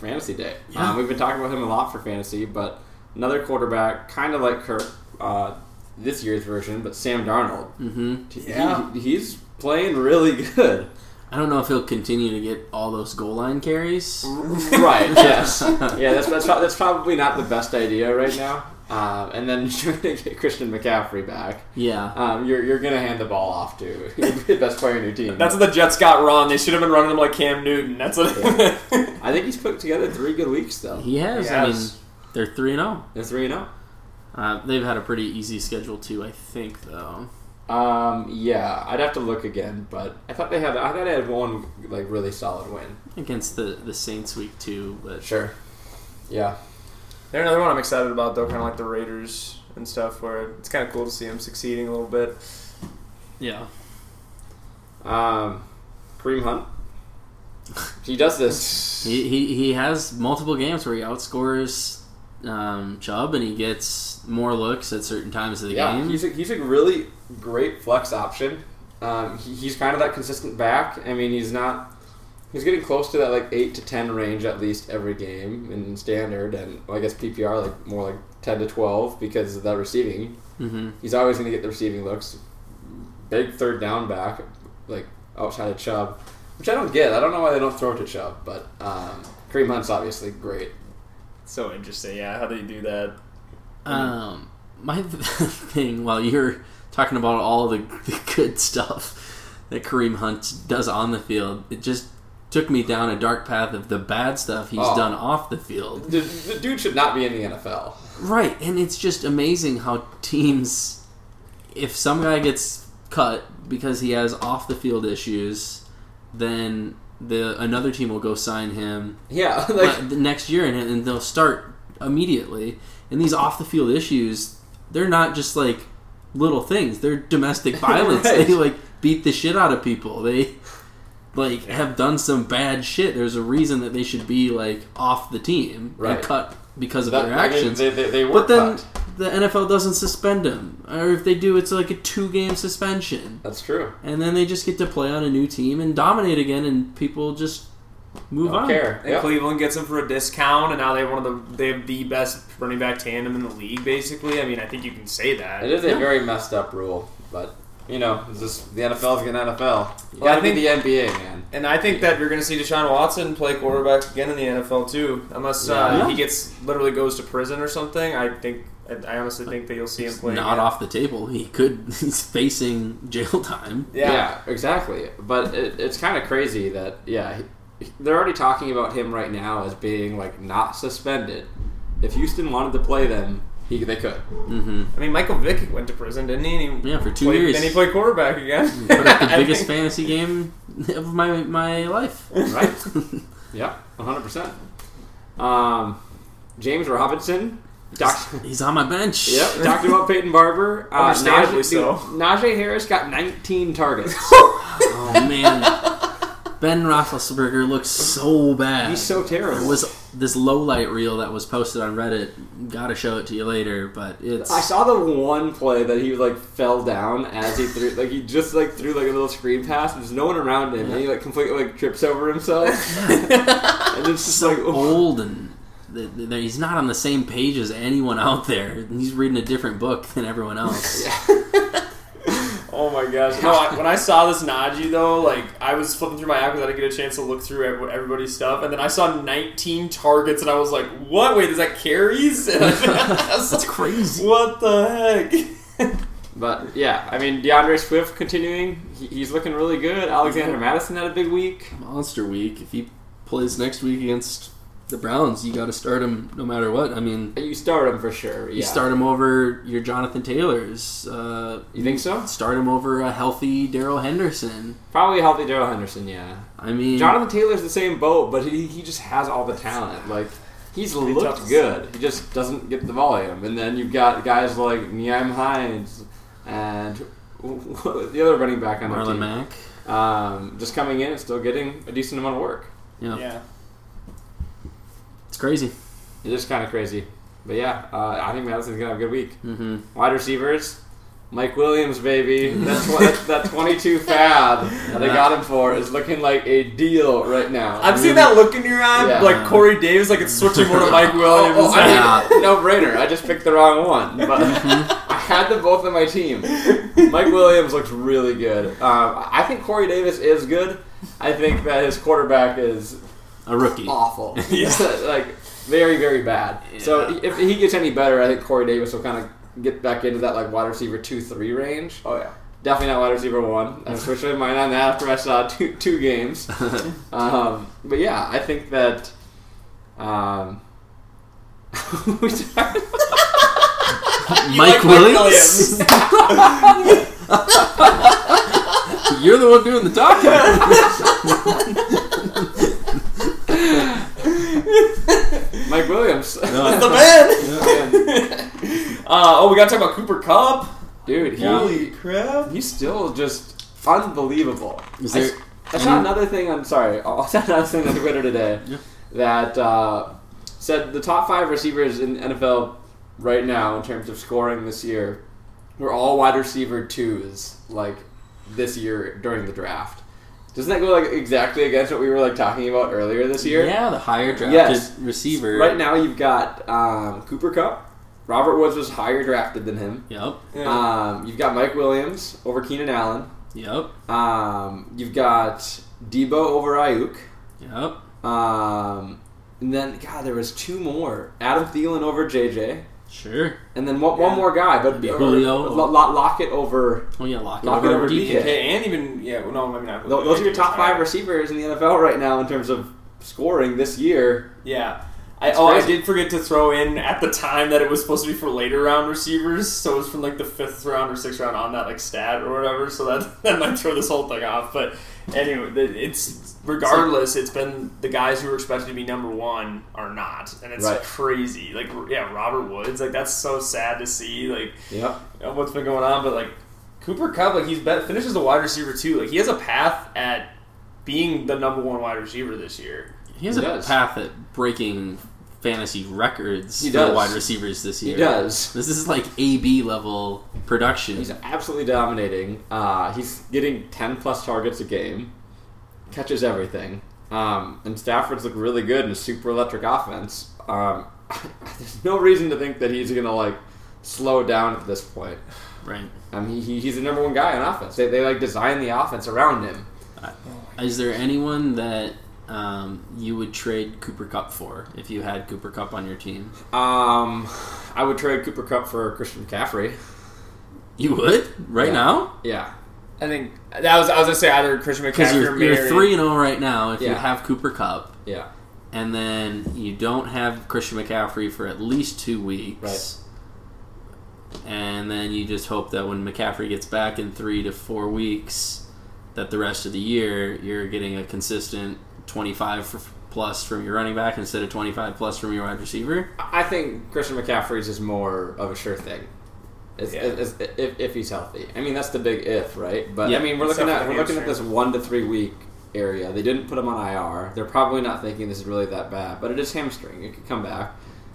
fantasy day.
Yeah.
Um, we've been talking about him a lot for fantasy, but another quarterback, kind of like Kirk, uh, this year's version, but Sam Darnold.
hmm
He-
Yeah.
he, he's playing really good.
I don't know if he'll continue to get all those goal line carries.
right. Yes. Yeah. That's that's, pro- that's probably not the best idea right now. Um, and then trying to get Christian McCaffrey back.
Yeah.
Um, you're, you're gonna hand the ball off to the best player in your team.
That's what the Jets got wrong. They should have been running him like Cam Newton. That's what.
I think he's put together three good weeks though.
He has.
He
I mean,
has.
they're 3 0.
They're three and oh. zero.
Uh, they've had a pretty easy schedule, too, I think, though.
Um, yeah, I'd have to look again, but I thought they had I thought they had one like really solid win.
Against the, the Saints week, too. But
Sure. Yeah.
They're another one I'm excited about though, kind of like the Raiders and stuff, where it's kind of cool to see them succeeding a little bit.
yeah.
Um, Kareem Hunt. He does this.
He, he, he has multiple games where he outscores um, Chubb and he gets more looks at certain times of the
Yeah,
game.
he's a, he's a really great flex option. Um, he, he's kind of that consistent back. I mean, he's not. He's getting close to that like eight to ten range at least every game in standard, and well, I guess PPR like more like ten to twelve because of that receiving.
hmm
He's always going to get the receiving looks. Big third down back, like outside of Chubb, which I don't get. I don't know why they don't throw it to Chubb, but um, Kareem Hunt's obviously great.
So interesting, yeah. How do you do that?
Um, my thing while you're talking about all the, the good stuff that Kareem Hunt does on the field, it just took me down a dark path of the bad stuff he's
Oh.
done off the field.
The, the dude should not be in the NFL.
Right, and it's just amazing how teams, if some guy gets cut because he has off the field issues, then the another team will go sign him
Yeah, like
uh, the next year and, and they'll start immediately. And these off the field issues, they're not just like little things. They're domestic violence.
Right.
They like beat the shit out of people. They like have done some bad shit. There's a reason that they should be like off the team
Right.
and cut because of
that,
their
I mean,
actions.
they, they, they were
but then
cut.
the NFL doesn't suspend them, or if they do, it's like a two game suspension.
That's true.
And then they just get to play on a new team and dominate again, and people just move
Don't
on.
care.
And
Yep.
Cleveland gets him for a discount, and now they have one of the they have the best running back tandem in the league. Basically, I mean, I think you can say that.
It is a
Yeah.
very messed up rule, but you know, it's just the NFL's an NFL. You
Well, I
gotta be
think-
the NBA, man.
And I think that you're going to see Deshaun Watson play quarterback again in the NFL too, unless uh,
Yeah.
he gets literally goes to prison or something. I think I I honestly think that you'll see him play.
Not
again.
off the table. He could. He's facing jail time.
Yeah.
exactly. But it, it's kind of crazy that yeah, he, they're already talking about him right now as being like not suspended. If Houston wanted to play them, he they could.
Mm-hmm.
I mean, Michael Vick went to prison, didn't he? And he
Yeah, for two
played,
years.
Then he played quarterback again.
Put up the
I
biggest
think-
fantasy game of my my life.
Right. yeah, one hundred percent. Um, James Robinson. Doc-
He's on my bench.
Yep, talked about Peyton Barber. Uh,
Understandably
Najee,
so.
dude, Najee Harris got 19 targets.
Oh man, Ben Roethlisberger looks so bad.
He's so terrible.
It was this low light reel that was posted on Reddit. Gotta show it to you later, but it's
I saw the one play that he like fell down as he threw like he just like threw like a little screen pass and there's no one around him and he like completely like trips over himself and it's just like oh,
old and th- th- he's not on the same page as anyone out there. He's reading a different book than everyone else.
Oh my gosh! No, I, when I saw this Najee though, like I was flipping through my app because I didn't get a chance to look through every- everybody's stuff, and then I saw 19 targets, and I was like, "What? Wait, is that carries?" And I was
That's
like,
crazy.
"What the heck?"
but yeah I mean DeAndre Swift continuing he, he's looking really good Alexander Madison had a big week
Monster week. If he plays next week against the Browns, you got to start him no matter what. I mean,
you start him for sure yeah.
you start him over your Jonathan Taylors. Uh,
you think so
start him over a healthy Daryl Henderson.
probably healthy Daryl Henderson yeah
I mean,
Jonathan Taylor's the same boat, but he, he just has all the talent. Like he's
tough
looked
to
good. He just doesn't get the volume. And then you've got guys like Niam Hines and the other running back on the
Marlon
team,
Mack.
um, just coming in and still getting a decent amount of work.
Yeah,
yeah.
it's crazy.
It's just kind of crazy. But yeah, uh, I think Madison's gonna have a good week.
Mm-hmm.
Wide receivers. Mike Williams, baby, that, tw- that 22 fab that they got him for is looking like a deal right now.
I've seen that look in your eye,
Yeah.
like Corey Davis, like it's switching more to Mike Williams.
Oh, oh, I
Yeah.
mean, no brainer. I just picked the wrong one, but I had them both on my team. Mike Williams looks really good. Um, I think Corey Davis is good. I think that his quarterback is
A rookie.
awful. He's like very, very bad. So if he gets any better, I think Corey Davis will kind of get back into that like wide receiver two three range.
oh yeah.
Definitely not wide receiver one. I'm switching mine on that after I saw two, two games. Um, but yeah, I think that. Um, we started-
Mike
like Mike
Williams. You're the one doing the talking.
Mike Williams.
The man.
Man,
Uh, oh, we gotta talk about Cooper Cup.
Dude, he,
Holy crap!
he's still just unbelievable.
Is
I s-
there-
I saw another thing on sorry, I saw another thing on Twitter today
Yeah.
that uh, said the top five receivers in NFL right now in terms of scoring this year were all wide receiver twos, like this year during the draft. Doesn't that go like exactly against what we were like talking about earlier this year?
yeah, the higher drafted
Yes.
receiver.
Right now you've got um, Cooper Cup. Robert Woods was higher drafted than him.
Yep.
Yeah.
Um, you've got Mike Williams over Keenan Allen.
Yep.
Um, you've got Debo over Ayuk.
Yep.
Um, and then God, there was two more: Adam Thielen over JJ,
Sure.
and then one, one
Yeah.
more guy, but
Be
or-
Julio.
Lo- Lo- Lockett over.
Oh yeah, lock it
Lock it
over
over
DK.
DK.
Okay, and even yeah, well, no, maybe not.
Tho- Those are your top five receivers in the NFL right now in terms of scoring this year.
Yeah. I, oh, I
crazy.
did forget to throw in at the time that it was supposed to be for later round receivers, so it was from like the fifth round or sixth round on that like stat or whatever. So that that might throw this whole thing off. But anyway, the- it's regardless. It's been the guys who were expected to be number one are not, and it's
Right.
crazy. Like yeah, Robert Woods. Like that's so sad to see. Like
Yep.
of what's been going on, but like Cooper Cup, like he's bet finishes the wide receiver too. Like he has a path at being the number one wide receiver this year.
He has
He
a
does.
path at breaking fantasy records
He
for
does.
wide receivers this year.
He does.
This is like AB level production.
He's absolutely dominating. Uh, he's getting 10 plus targets a game, catches everything. Um, and Stafford's looked really good in a super electric offense. Um, there's no reason to think that he's going to like slow down at this point.
Right.
Um, he, he, he's the number one guy on offense. They, they like design the offense around him.
Is there anyone that um, you would trade Cooper Cup for if you had Cooper Cup on your team?
Um, I would trade Cooper Cup for Christian McCaffrey.
You would right
Yeah.
now
Yeah,
I think that was I was gonna say either Christian
because
McCaffrey or
you're, you're
Marion.
three and zero right now. If you
Yeah.
have Cooper Cup
yeah.
and then you don't have Christian McCaffrey for at least two weeks. And then you just hope that when McCaffrey gets back in three to four weeks, that the rest of the year you're getting a consistent 25 f- plus from your running back instead of 25 plus from your wide receiver.
I I think Christian McCaffrey's is more of a sure thing. It's, it's- if, if he's healthy, I mean that's the big if, right? But
Yeah.
I mean we're
Except
looking
for
at
the
we're looking at this
hamstring.
one to three week area. They didn't put him on IR. They're probably not thinking this is really that bad, but it is hamstring. It could come back.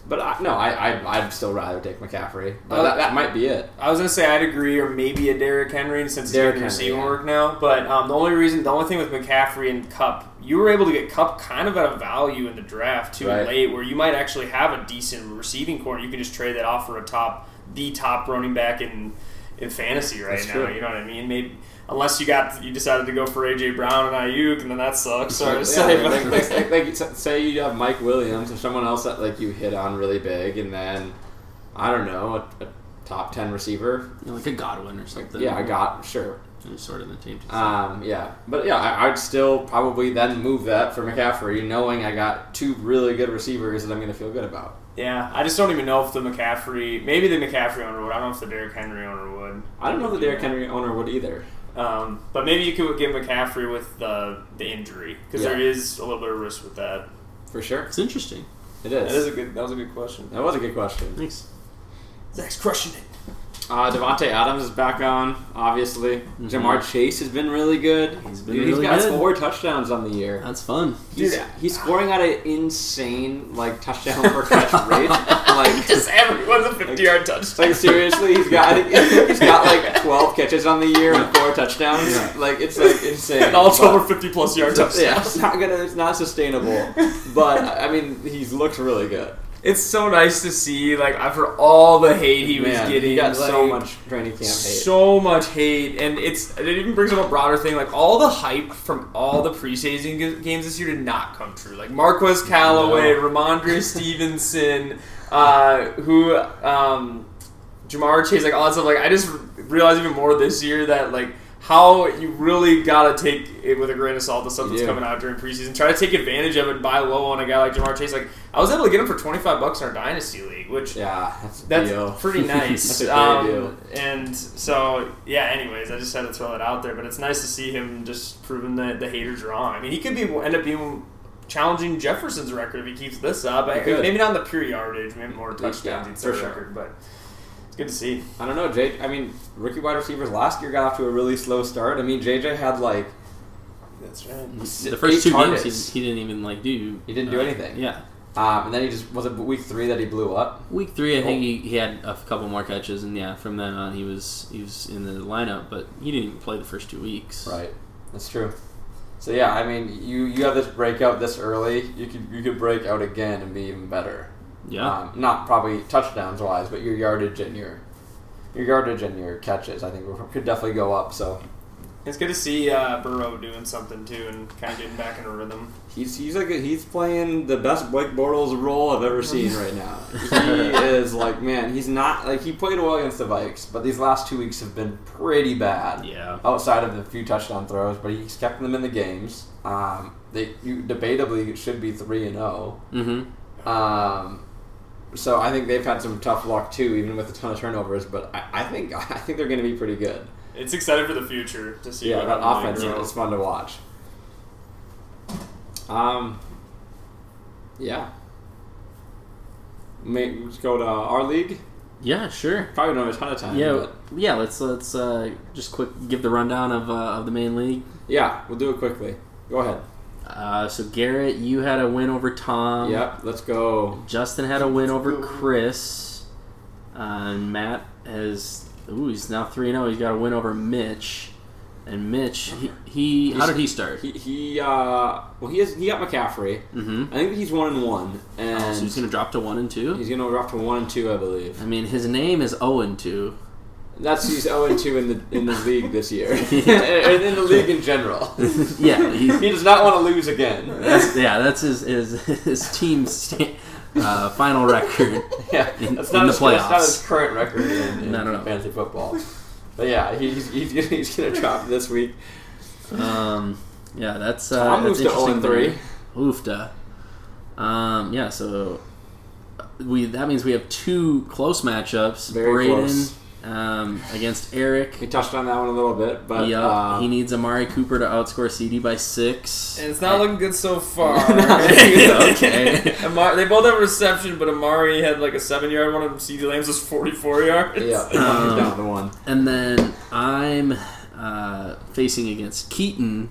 But I, no, I, I I'd still rather take McCaffrey. But
Uh,
that, that might be it.
I was gonna say I'd agree, or maybe a Derrick Henry since he's
Derrick
getting
Henry,
receiving
yeah.
work now. But um, the only reason, the only thing with McCaffrey and Cup, you were able to get Cup kind of at a value in the draft too
Right.
late, where you might actually have a decent receiving core. You can just trade that off for a top, the top running back in in fantasy right
That's
now.
true.
You know what I mean? Maybe unless you got you decided to go for AJ Brown and Ayuk, and then that sucks. So I
Yeah,
was saying,
like,
but-
like- like- like, s- say you have Mike Williams or someone else that like you hit on really big, and then I don't know a, a top ten receiver.
You know, like a Godwin or something.
Yeah, I got sure.
Any sort of the team.
Um, yeah, but yeah, I, I'd still probably then move that for McCaffrey, knowing I got two really good receivers that I'm going to feel good about.
yeah, I just don't even know if the McCaffrey, maybe the McCaffrey owner would. I don't know if the Derrick Henry owner would.
I don't know if the Derrick Henry owner would either.
Um, but maybe you could give McCaffrey with the the injury because there
Yeah.
is a little bit of risk with that.
For sure,
it's interesting.
it
That
is.
is a good. That was a good question.
that was a good question.
Thanks.
Zach's crushing it.
Uh, Devonte Adams is back on, obviously. Jamar Chase has been really good. Uh,
He's been
Dude,
really
Mm-hmm. he's got
good.
four touchdowns on the year.
That's fun.
He's,
Dude,
he's scoring at an insane like touchdown per catch rate. Like,
Just everyone's a fifty-yard touchdown.
like seriously, he's got I think he's got like twelve catches on the year and four touchdowns.
Yeah.
Like it's like insane.
And all
But-
over fifty-plus yard touchdowns.
yeah, it's not gonna. It's not sustainable. But I mean, he's looked really good.
It's so nice to see. Like after all the hate he was
Man,
getting,
he got so
like,
much training camp hate.
So much hate, and it's it even brings up a broader thing. Like all the hype from all the preseason g- games this year did not come true. Like Marquez Callaway, Ramondre Stevenson, uh, who um, Jamar Chase, like all that stuff. Like I just r- realized even more this year that like how you really gotta take it with a grain of salt the stuff
You
that's
do.
coming out during preseason. Try to take advantage of it and buy low on a guy like Jamar Chase. Like I was able to get him for twenty five bucks in our dynasty league, which
yeah, that's,
that's
deal.
pretty nice.
That's a great deal.
um, and so, yeah. Anyways, I just had to throw that out there, but it's nice to see him just proving that the haters are wrong. I mean, he could be end up being challenging Jefferson's record if he keeps this up. I-
He could.
maybe not in the pure yardage, maybe more
Yeah,
touchdowns. he'd
for
set a
sure.
record, but it's good to see.
I don't know, J. I mean, rookie wide receivers last year got off to a really slow start. I mean, JJ had like
That's right.
The first
eight
two games,
targets.
he, he didn't even like do. uh,
He didn't do anything.
Yeah.
um, and then he just was it week three that he blew up.
Week three, I
Oh.
think he, he had a couple more catches, and yeah, from then on he was he was in the lineup, but he didn't even play the first two weeks.
Right, that's true. So yeah, I mean, you you have this breakout this early. You could you could break out again and be even better.
Yeah.
Um, not probably touchdowns wise, but your yardage and your your yardage and your catches, I think, will- could definitely go up. So
It's good to see uh, Burrow doing something too and kind of getting back in a rhythm.
he's he's like a, he's playing the best Blake Bortles role I've ever seen right now. He is like man, he's not like he played well against the Vikes, but these last two weeks have been pretty bad.
Yeah.
outside of the few touchdown throws, but he's kept them in the games. Um, they you debatably should be three and zero.
Mm-hmm.
Um, so I think they've had some tough luck too, even with a ton of turnovers. But I, I think I think they're going to be pretty good.
It's exciting for the future to see.
Yeah,
what
that
happens
offense
with Burrow.
is fun to watch. Um, yeah. May, let's go to our league.
Yeah. Sure.
Probably don't have a ton of time.
Yeah.
Uh, but-
Yeah. Let's let's uh, just quick give the rundown of uh, of the main league.
yeah, we'll do it quickly. Go ahead.
Uh, so Garrett, you had a win over Tom.
yep, let's go.
Justin had a win over Chris. Uh, and Matt has ooh, he's now three zero. He's got a win over Mitch. And Mitch, he, he how did he start?
He, he uh, well, he has he got McCaffrey.
Mm-hmm.
I think he's one and one, and
Oh, So he's
he's
gonna drop to one and two.
gonna drop to one and two, I believe.
I mean, his name is Owen two.
That's he's zero and two in the in the league this year, and in the league in general.
yeah, he's,
He does not want to lose again.
that's, yeah, that's his his, his team's sta- uh, final record.
Yeah,
In-
that's
in the
not, his, that's not
playoffs.
his current record in, in
No, no, no.
fantasy football. But yeah, he- he's he's, gonna- he's gonna drop this week.
Um, yeah, that's uh,
Tom
that's
moves to zero
interesting.
and three.
Oofda. Um, yeah, so we that means we have two close matchups.
Very
Braden
close.
Um, against
We
Eric.
touched on that one a little bit, but
Yup,
uh,
he needs Amari Cooper to outscore CD by six.
And it's not looking good so far.
Okay.
Amar-
Amari,
they both have reception, but Amari had like a seven yard one, and CD Lamb's was 44 yards.
yeah, he's
Um,
down to one.
And then I'm uh, facing against Keaton,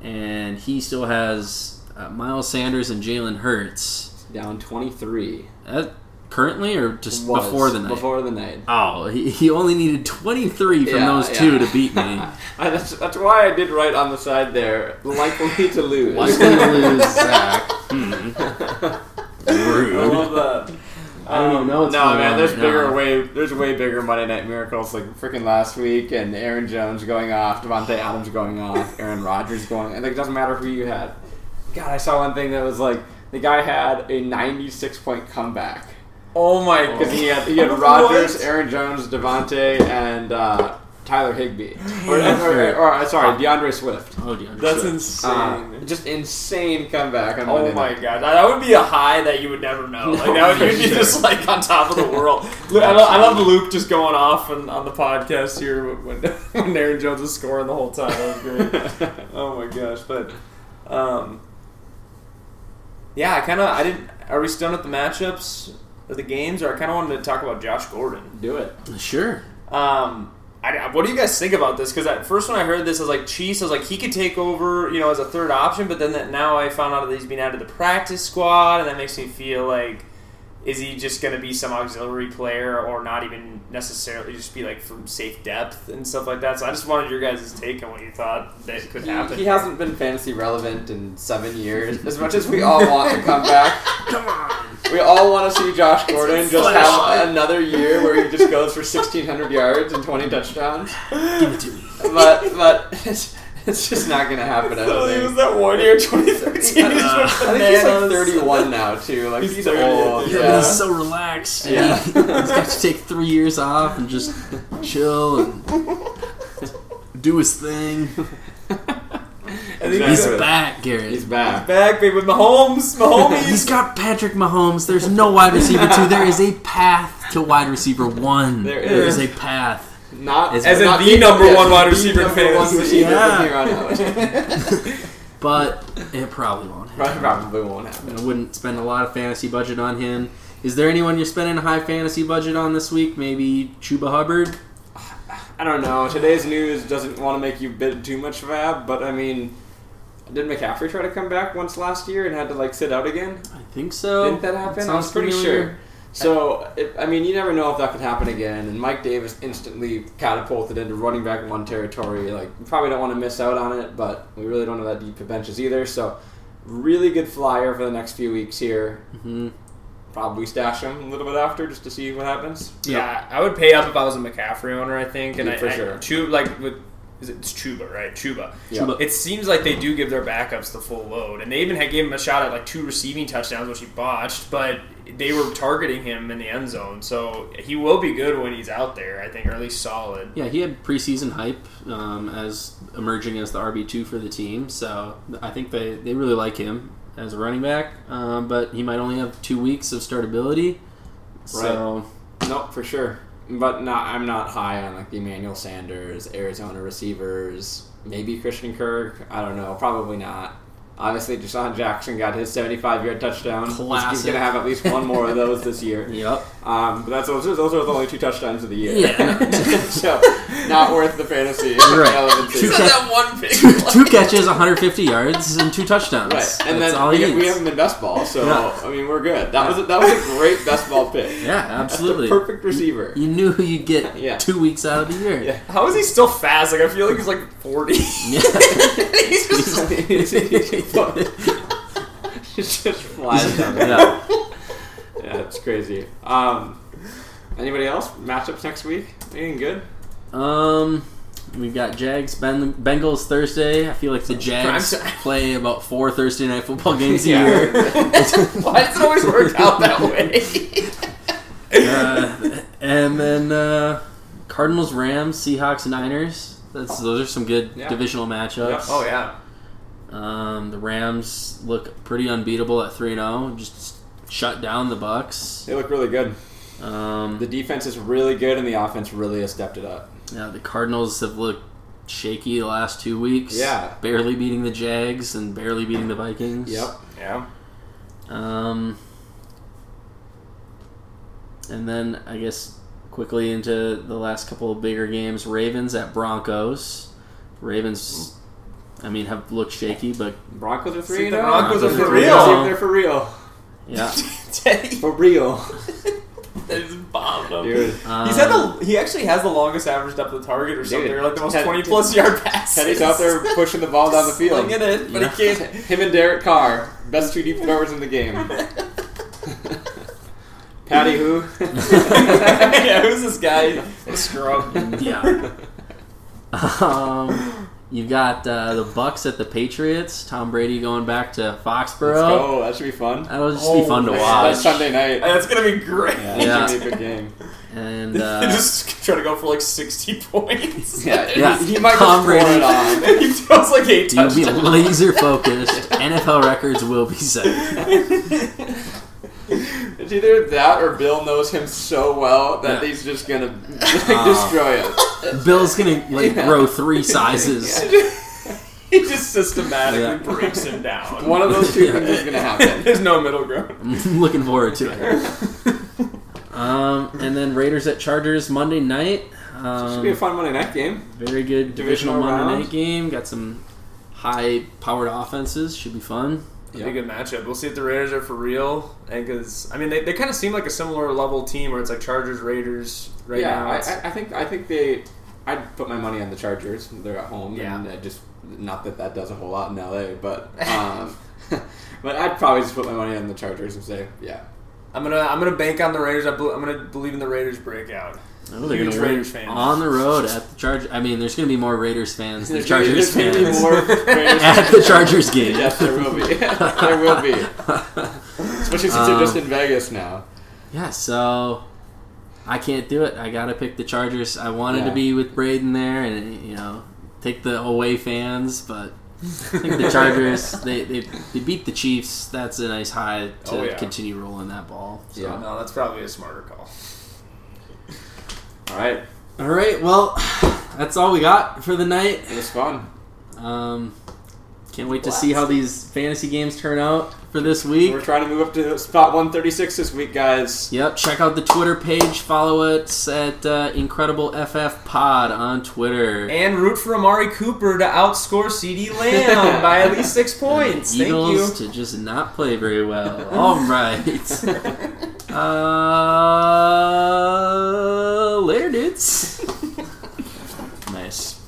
and he still has uh, Miles Sanders and Jalen Hurts.
Down twenty three.
Uh, currently, or just before the night?
Before the night.
Oh, he, he only needed 23 from
Yeah,
those
yeah.
two to beat me.
I, that's, that's why I did write on the side there, likely to lose.
Likely to lose Zach.
I
Hmm. Rude.
love that.
I don't even know what's
Um, no,
going
man,
on
there's
right
bigger
now.
way there's way bigger Monday Night Miracles like freaking last week and Aaron Jones going off, Devontae Adams going off, Aaron Rodgers going and like it doesn't matter who you had. God, I saw one thing that was like the guy had a ninety six point comeback.
Oh my
Because
god.
he had he had
What?
Rodgers, Aaron Jones, Devontae, and uh, Tyler Higbee. Or, or, or, or, sorry, DeAndre Swift.
Oh, DeAndre
That's
Swift.
insane.
Uh, just insane comeback on Monday
Oh my
night.
god, that, that would be a high that you would never know. Like that
No,
would, you'd be
for
just
sure.
like on top of the world. Lu- I, love, I love Luke just going off on, on the podcast here when, when Aaron Jones was scoring the whole time. That was great. oh my gosh, but um, yeah, I kind of I didn't. Are we still at the matchups or the games? Or I kind of wanted to talk about Josh Gordon.
Do it.
Sure.
Um, I, I- what do you guys think about this? Because at first when I heard this, I was like, Chiefs. I was like, he could take over, you know, as a third option. But then that now I found out that he's been out of the practice squad, and that makes me feel like, is he just going to be some auxiliary player, or not even necessarily just be like from safe depth and stuff like that? So I just wanted your guys' take on what you thought that could happen.
He, he hasn't been fantasy relevant in seven years. As much as we all want to come back,
Come on.
we all want to see Josh Gordon just
flashlight.
have another year where he just goes for 1,600 yards and 20 touchdowns.
Give it to me.
But but it's, it's just not going to happen, I
So
don't
he
think.
was that one year, 2013.
Uh,
I think he's like 31 now too. Like
He's
he's
30,
old.
yeah.
Yeah.
Yeah.
He's so relaxed.
Yeah.
He's got to take three years off and just chill and do his thing.
think
He's
Exactly.
back, Garrett.
He's back.
Back, baby, with Mahomes.
He's
Mahomes.
got Patrick Mahomes. There's no wide receiver two. There is a path to wide receiver one.
There
there
is.
is a path.
Not
As
not
in the number one wide receiver
the
in
number one
fantasy.
receiver
Yeah.
from here on out.
But it probably won't happen.
Probably, probably won't happen.
I wouldn't spend a lot of fantasy budget on him. Is there anyone you're spending a high fantasy budget on this week? Maybe Chuba Hubbard?
I don't know. Today's news doesn't want to make you bid too much fab, but I mean, did McCaffrey try to come back once last year and had to like sit out again?
I think so.
Didn't that happen? I was
sounds
pretty
familiar.
sure. So, it, I mean, you never know if that could happen again. And Mike Davis instantly catapulted into running back one territory. Like, we probably don't want to miss out on it, but we really don't have that deep of benches either. So, really good flyer for the next few weeks here.
Mhm.
Probably stash him a little bit after just to see what happens.
Yeah, I would pay up if I was a McCaffrey owner, I think. And
Yeah,
I,
for
I-
sure.
Chu- like, with. Is it, it's Chuba, right? Chuba.
Yeah.
Chuba.
It seems like they do give their backups the full load, and they even had gave him a shot at like two receiving touchdowns, which he botched. But they were targeting him in the end zone, so he will be good when he's out there, I think, or at least solid.
Yeah, he had preseason hype um, as emerging as the RB two for the team. So I think they, they really like him as a running back. Um, but he might only have two weeks of startability. So
Nope, for sure. But not, I'm not high on like the Emmanuel Sanders, Arizona receivers, maybe Christian Kirk. I don't know. Probably not. Obviously, Deshaun Jackson got his 75 yard touchdown. He's- He's
Classic.
going to have at least one more of those this year.
yep.
Um, but that's those are, those are the only two touchdowns of the year.
Yeah.
so, not worth the fantasy.
right.
relevancy.
Two
Right.
catch-
one pick.
two catches, 150 yards, and two touchdowns.
And
That's
then
all
we,
he
we
needs.
haven't been best ball, so
No.
I mean we're good. That was a, that was a great best ball pick.
yeah,
That's
absolutely.
the perfect receiver.
You knew who you'd get
Yeah.
two weeks out of the year.
Yeah.
How is he still fast? Like I feel like he's like 40. he's just
It just flies down. Yeah,
Yeah.
it's crazy. Um, anybody else? Matchups next week? Anything good?
Um, we've got Jags ben- Bengals Thursday. I feel like the Jags
time.
play about four Thursday night football games a
Yeah.
year.
Why does it always work out that way?
Uh, and then uh, Cardinals, Rams, Seahawks, Niners. That's those are some good
Yeah.
divisional matchups.
oh yeah.
Um, the Rams look pretty unbeatable at three zero. Just shut down the Bucks.
They look really good.
Um,
The defense is really good, and the offense really has stepped it up.
Yeah, the Cardinals have looked shaky the last two weeks.
Yeah.
Barely beating the Jags and barely beating the Vikings.
Yep.
Yeah.
Um, and then I guess quickly into the last couple of bigger games Ravens at Broncos. Ravens, I mean, have looked shaky, but
Broncos are
See,
three.
the Broncos
are oh. for
real.
See if they're for real.
yeah.
Teddy
For real,
is bombed up.
dude.
Um,
He's had the he actually has the longest average depth of target or something, or like the most
Ted-
twenty plus yard passes.
Teddy's out there pushing the ball down the field.
slinging it, but he can't.
Him and Derek Carr, best two deep throwers in the game. Patty who?
yeah, who's this guy? The scrub.
Yeah. um, you've got uh, the Bucks at the Patriots. Tom Brady going back to Foxborough.
Let's go. That should be fun.
That'll just be
Oh,
fun to
man.
watch.
That's Sunday night.
That's gonna be great.
Yeah,
Yeah.
that should be a good game.
And
They
uh,
just try to go for like sixty points.
Yeah,
Yeah.
He, he might
Tom
just pour
Brady.
it on.
he throws like eight
you be
touchdowns.
laser focused. NFL records will be set.
It's either that or Bill knows him so well that
Yeah.
he's just gonna
Ah.
destroy it.
Bill's gonna like
Yeah.
grow three sizes.
he just systematically
Yeah.
breaks him down.
One of those two
Yeah.
things is gonna happen.
There's no middle ground.
I'm looking forward to it. Um, and then Raiders at Chargers Monday night.
Should
Um,
be a fun Monday night game.
very good divisional
divisional
Monday
round.
night game. Got some high powered offenses. Should be fun.
It'll Be a good matchup. We'll see if the Raiders are for real, and because I mean they, they kind of seem like a similar level team where it's like Chargers Raiders right
yeah,
now.
I,
It's-
I, I think I think they. I'd put my money on the Chargers. They're at home,
Yeah.
and uh, just not that that does a whole lot in LA, but um, but I'd probably just put my money on the Chargers and say, yeah,
I'm gonna I'm gonna bank on the Raiders. I bel I'm gonna believe in the Raiders breakout.
Oh, they're
Huge
gonna win
Raiders fan.
on the road at the Chargers. I mean, there's gonna be more Raiders fans than
There's gonna be-
Chargers
there's gonna be
fans
more Raiders-
at the Chargers game.
yes, there will be, there will be, especially since they're
Um,
just in Vegas now.
Yeah, so I can't do it. I gotta pick the Chargers. I wanted
Yeah.
to be with Braden there, and you know, take the away fans, but I think the Chargers they, they they beat the Chiefs. That's a nice high to
Oh, yeah.
continue rolling that ball. So.
Yeah.
No, that's probably a smarter call.
All right,
All right, well, that's all we got for the night.
it was fun.
Um, can't wait to see how these fantasy games turn out for this week.
We're trying to move up to spot 136 this week, guys.
Yep, check out the Twitter page. Follow us at uh, Incredible FF Pod on Twitter.
And root for Amari Cooper to outscore CD Lamb by at least six points. Thank you.
Eagles to just not play very well. All right. Uh,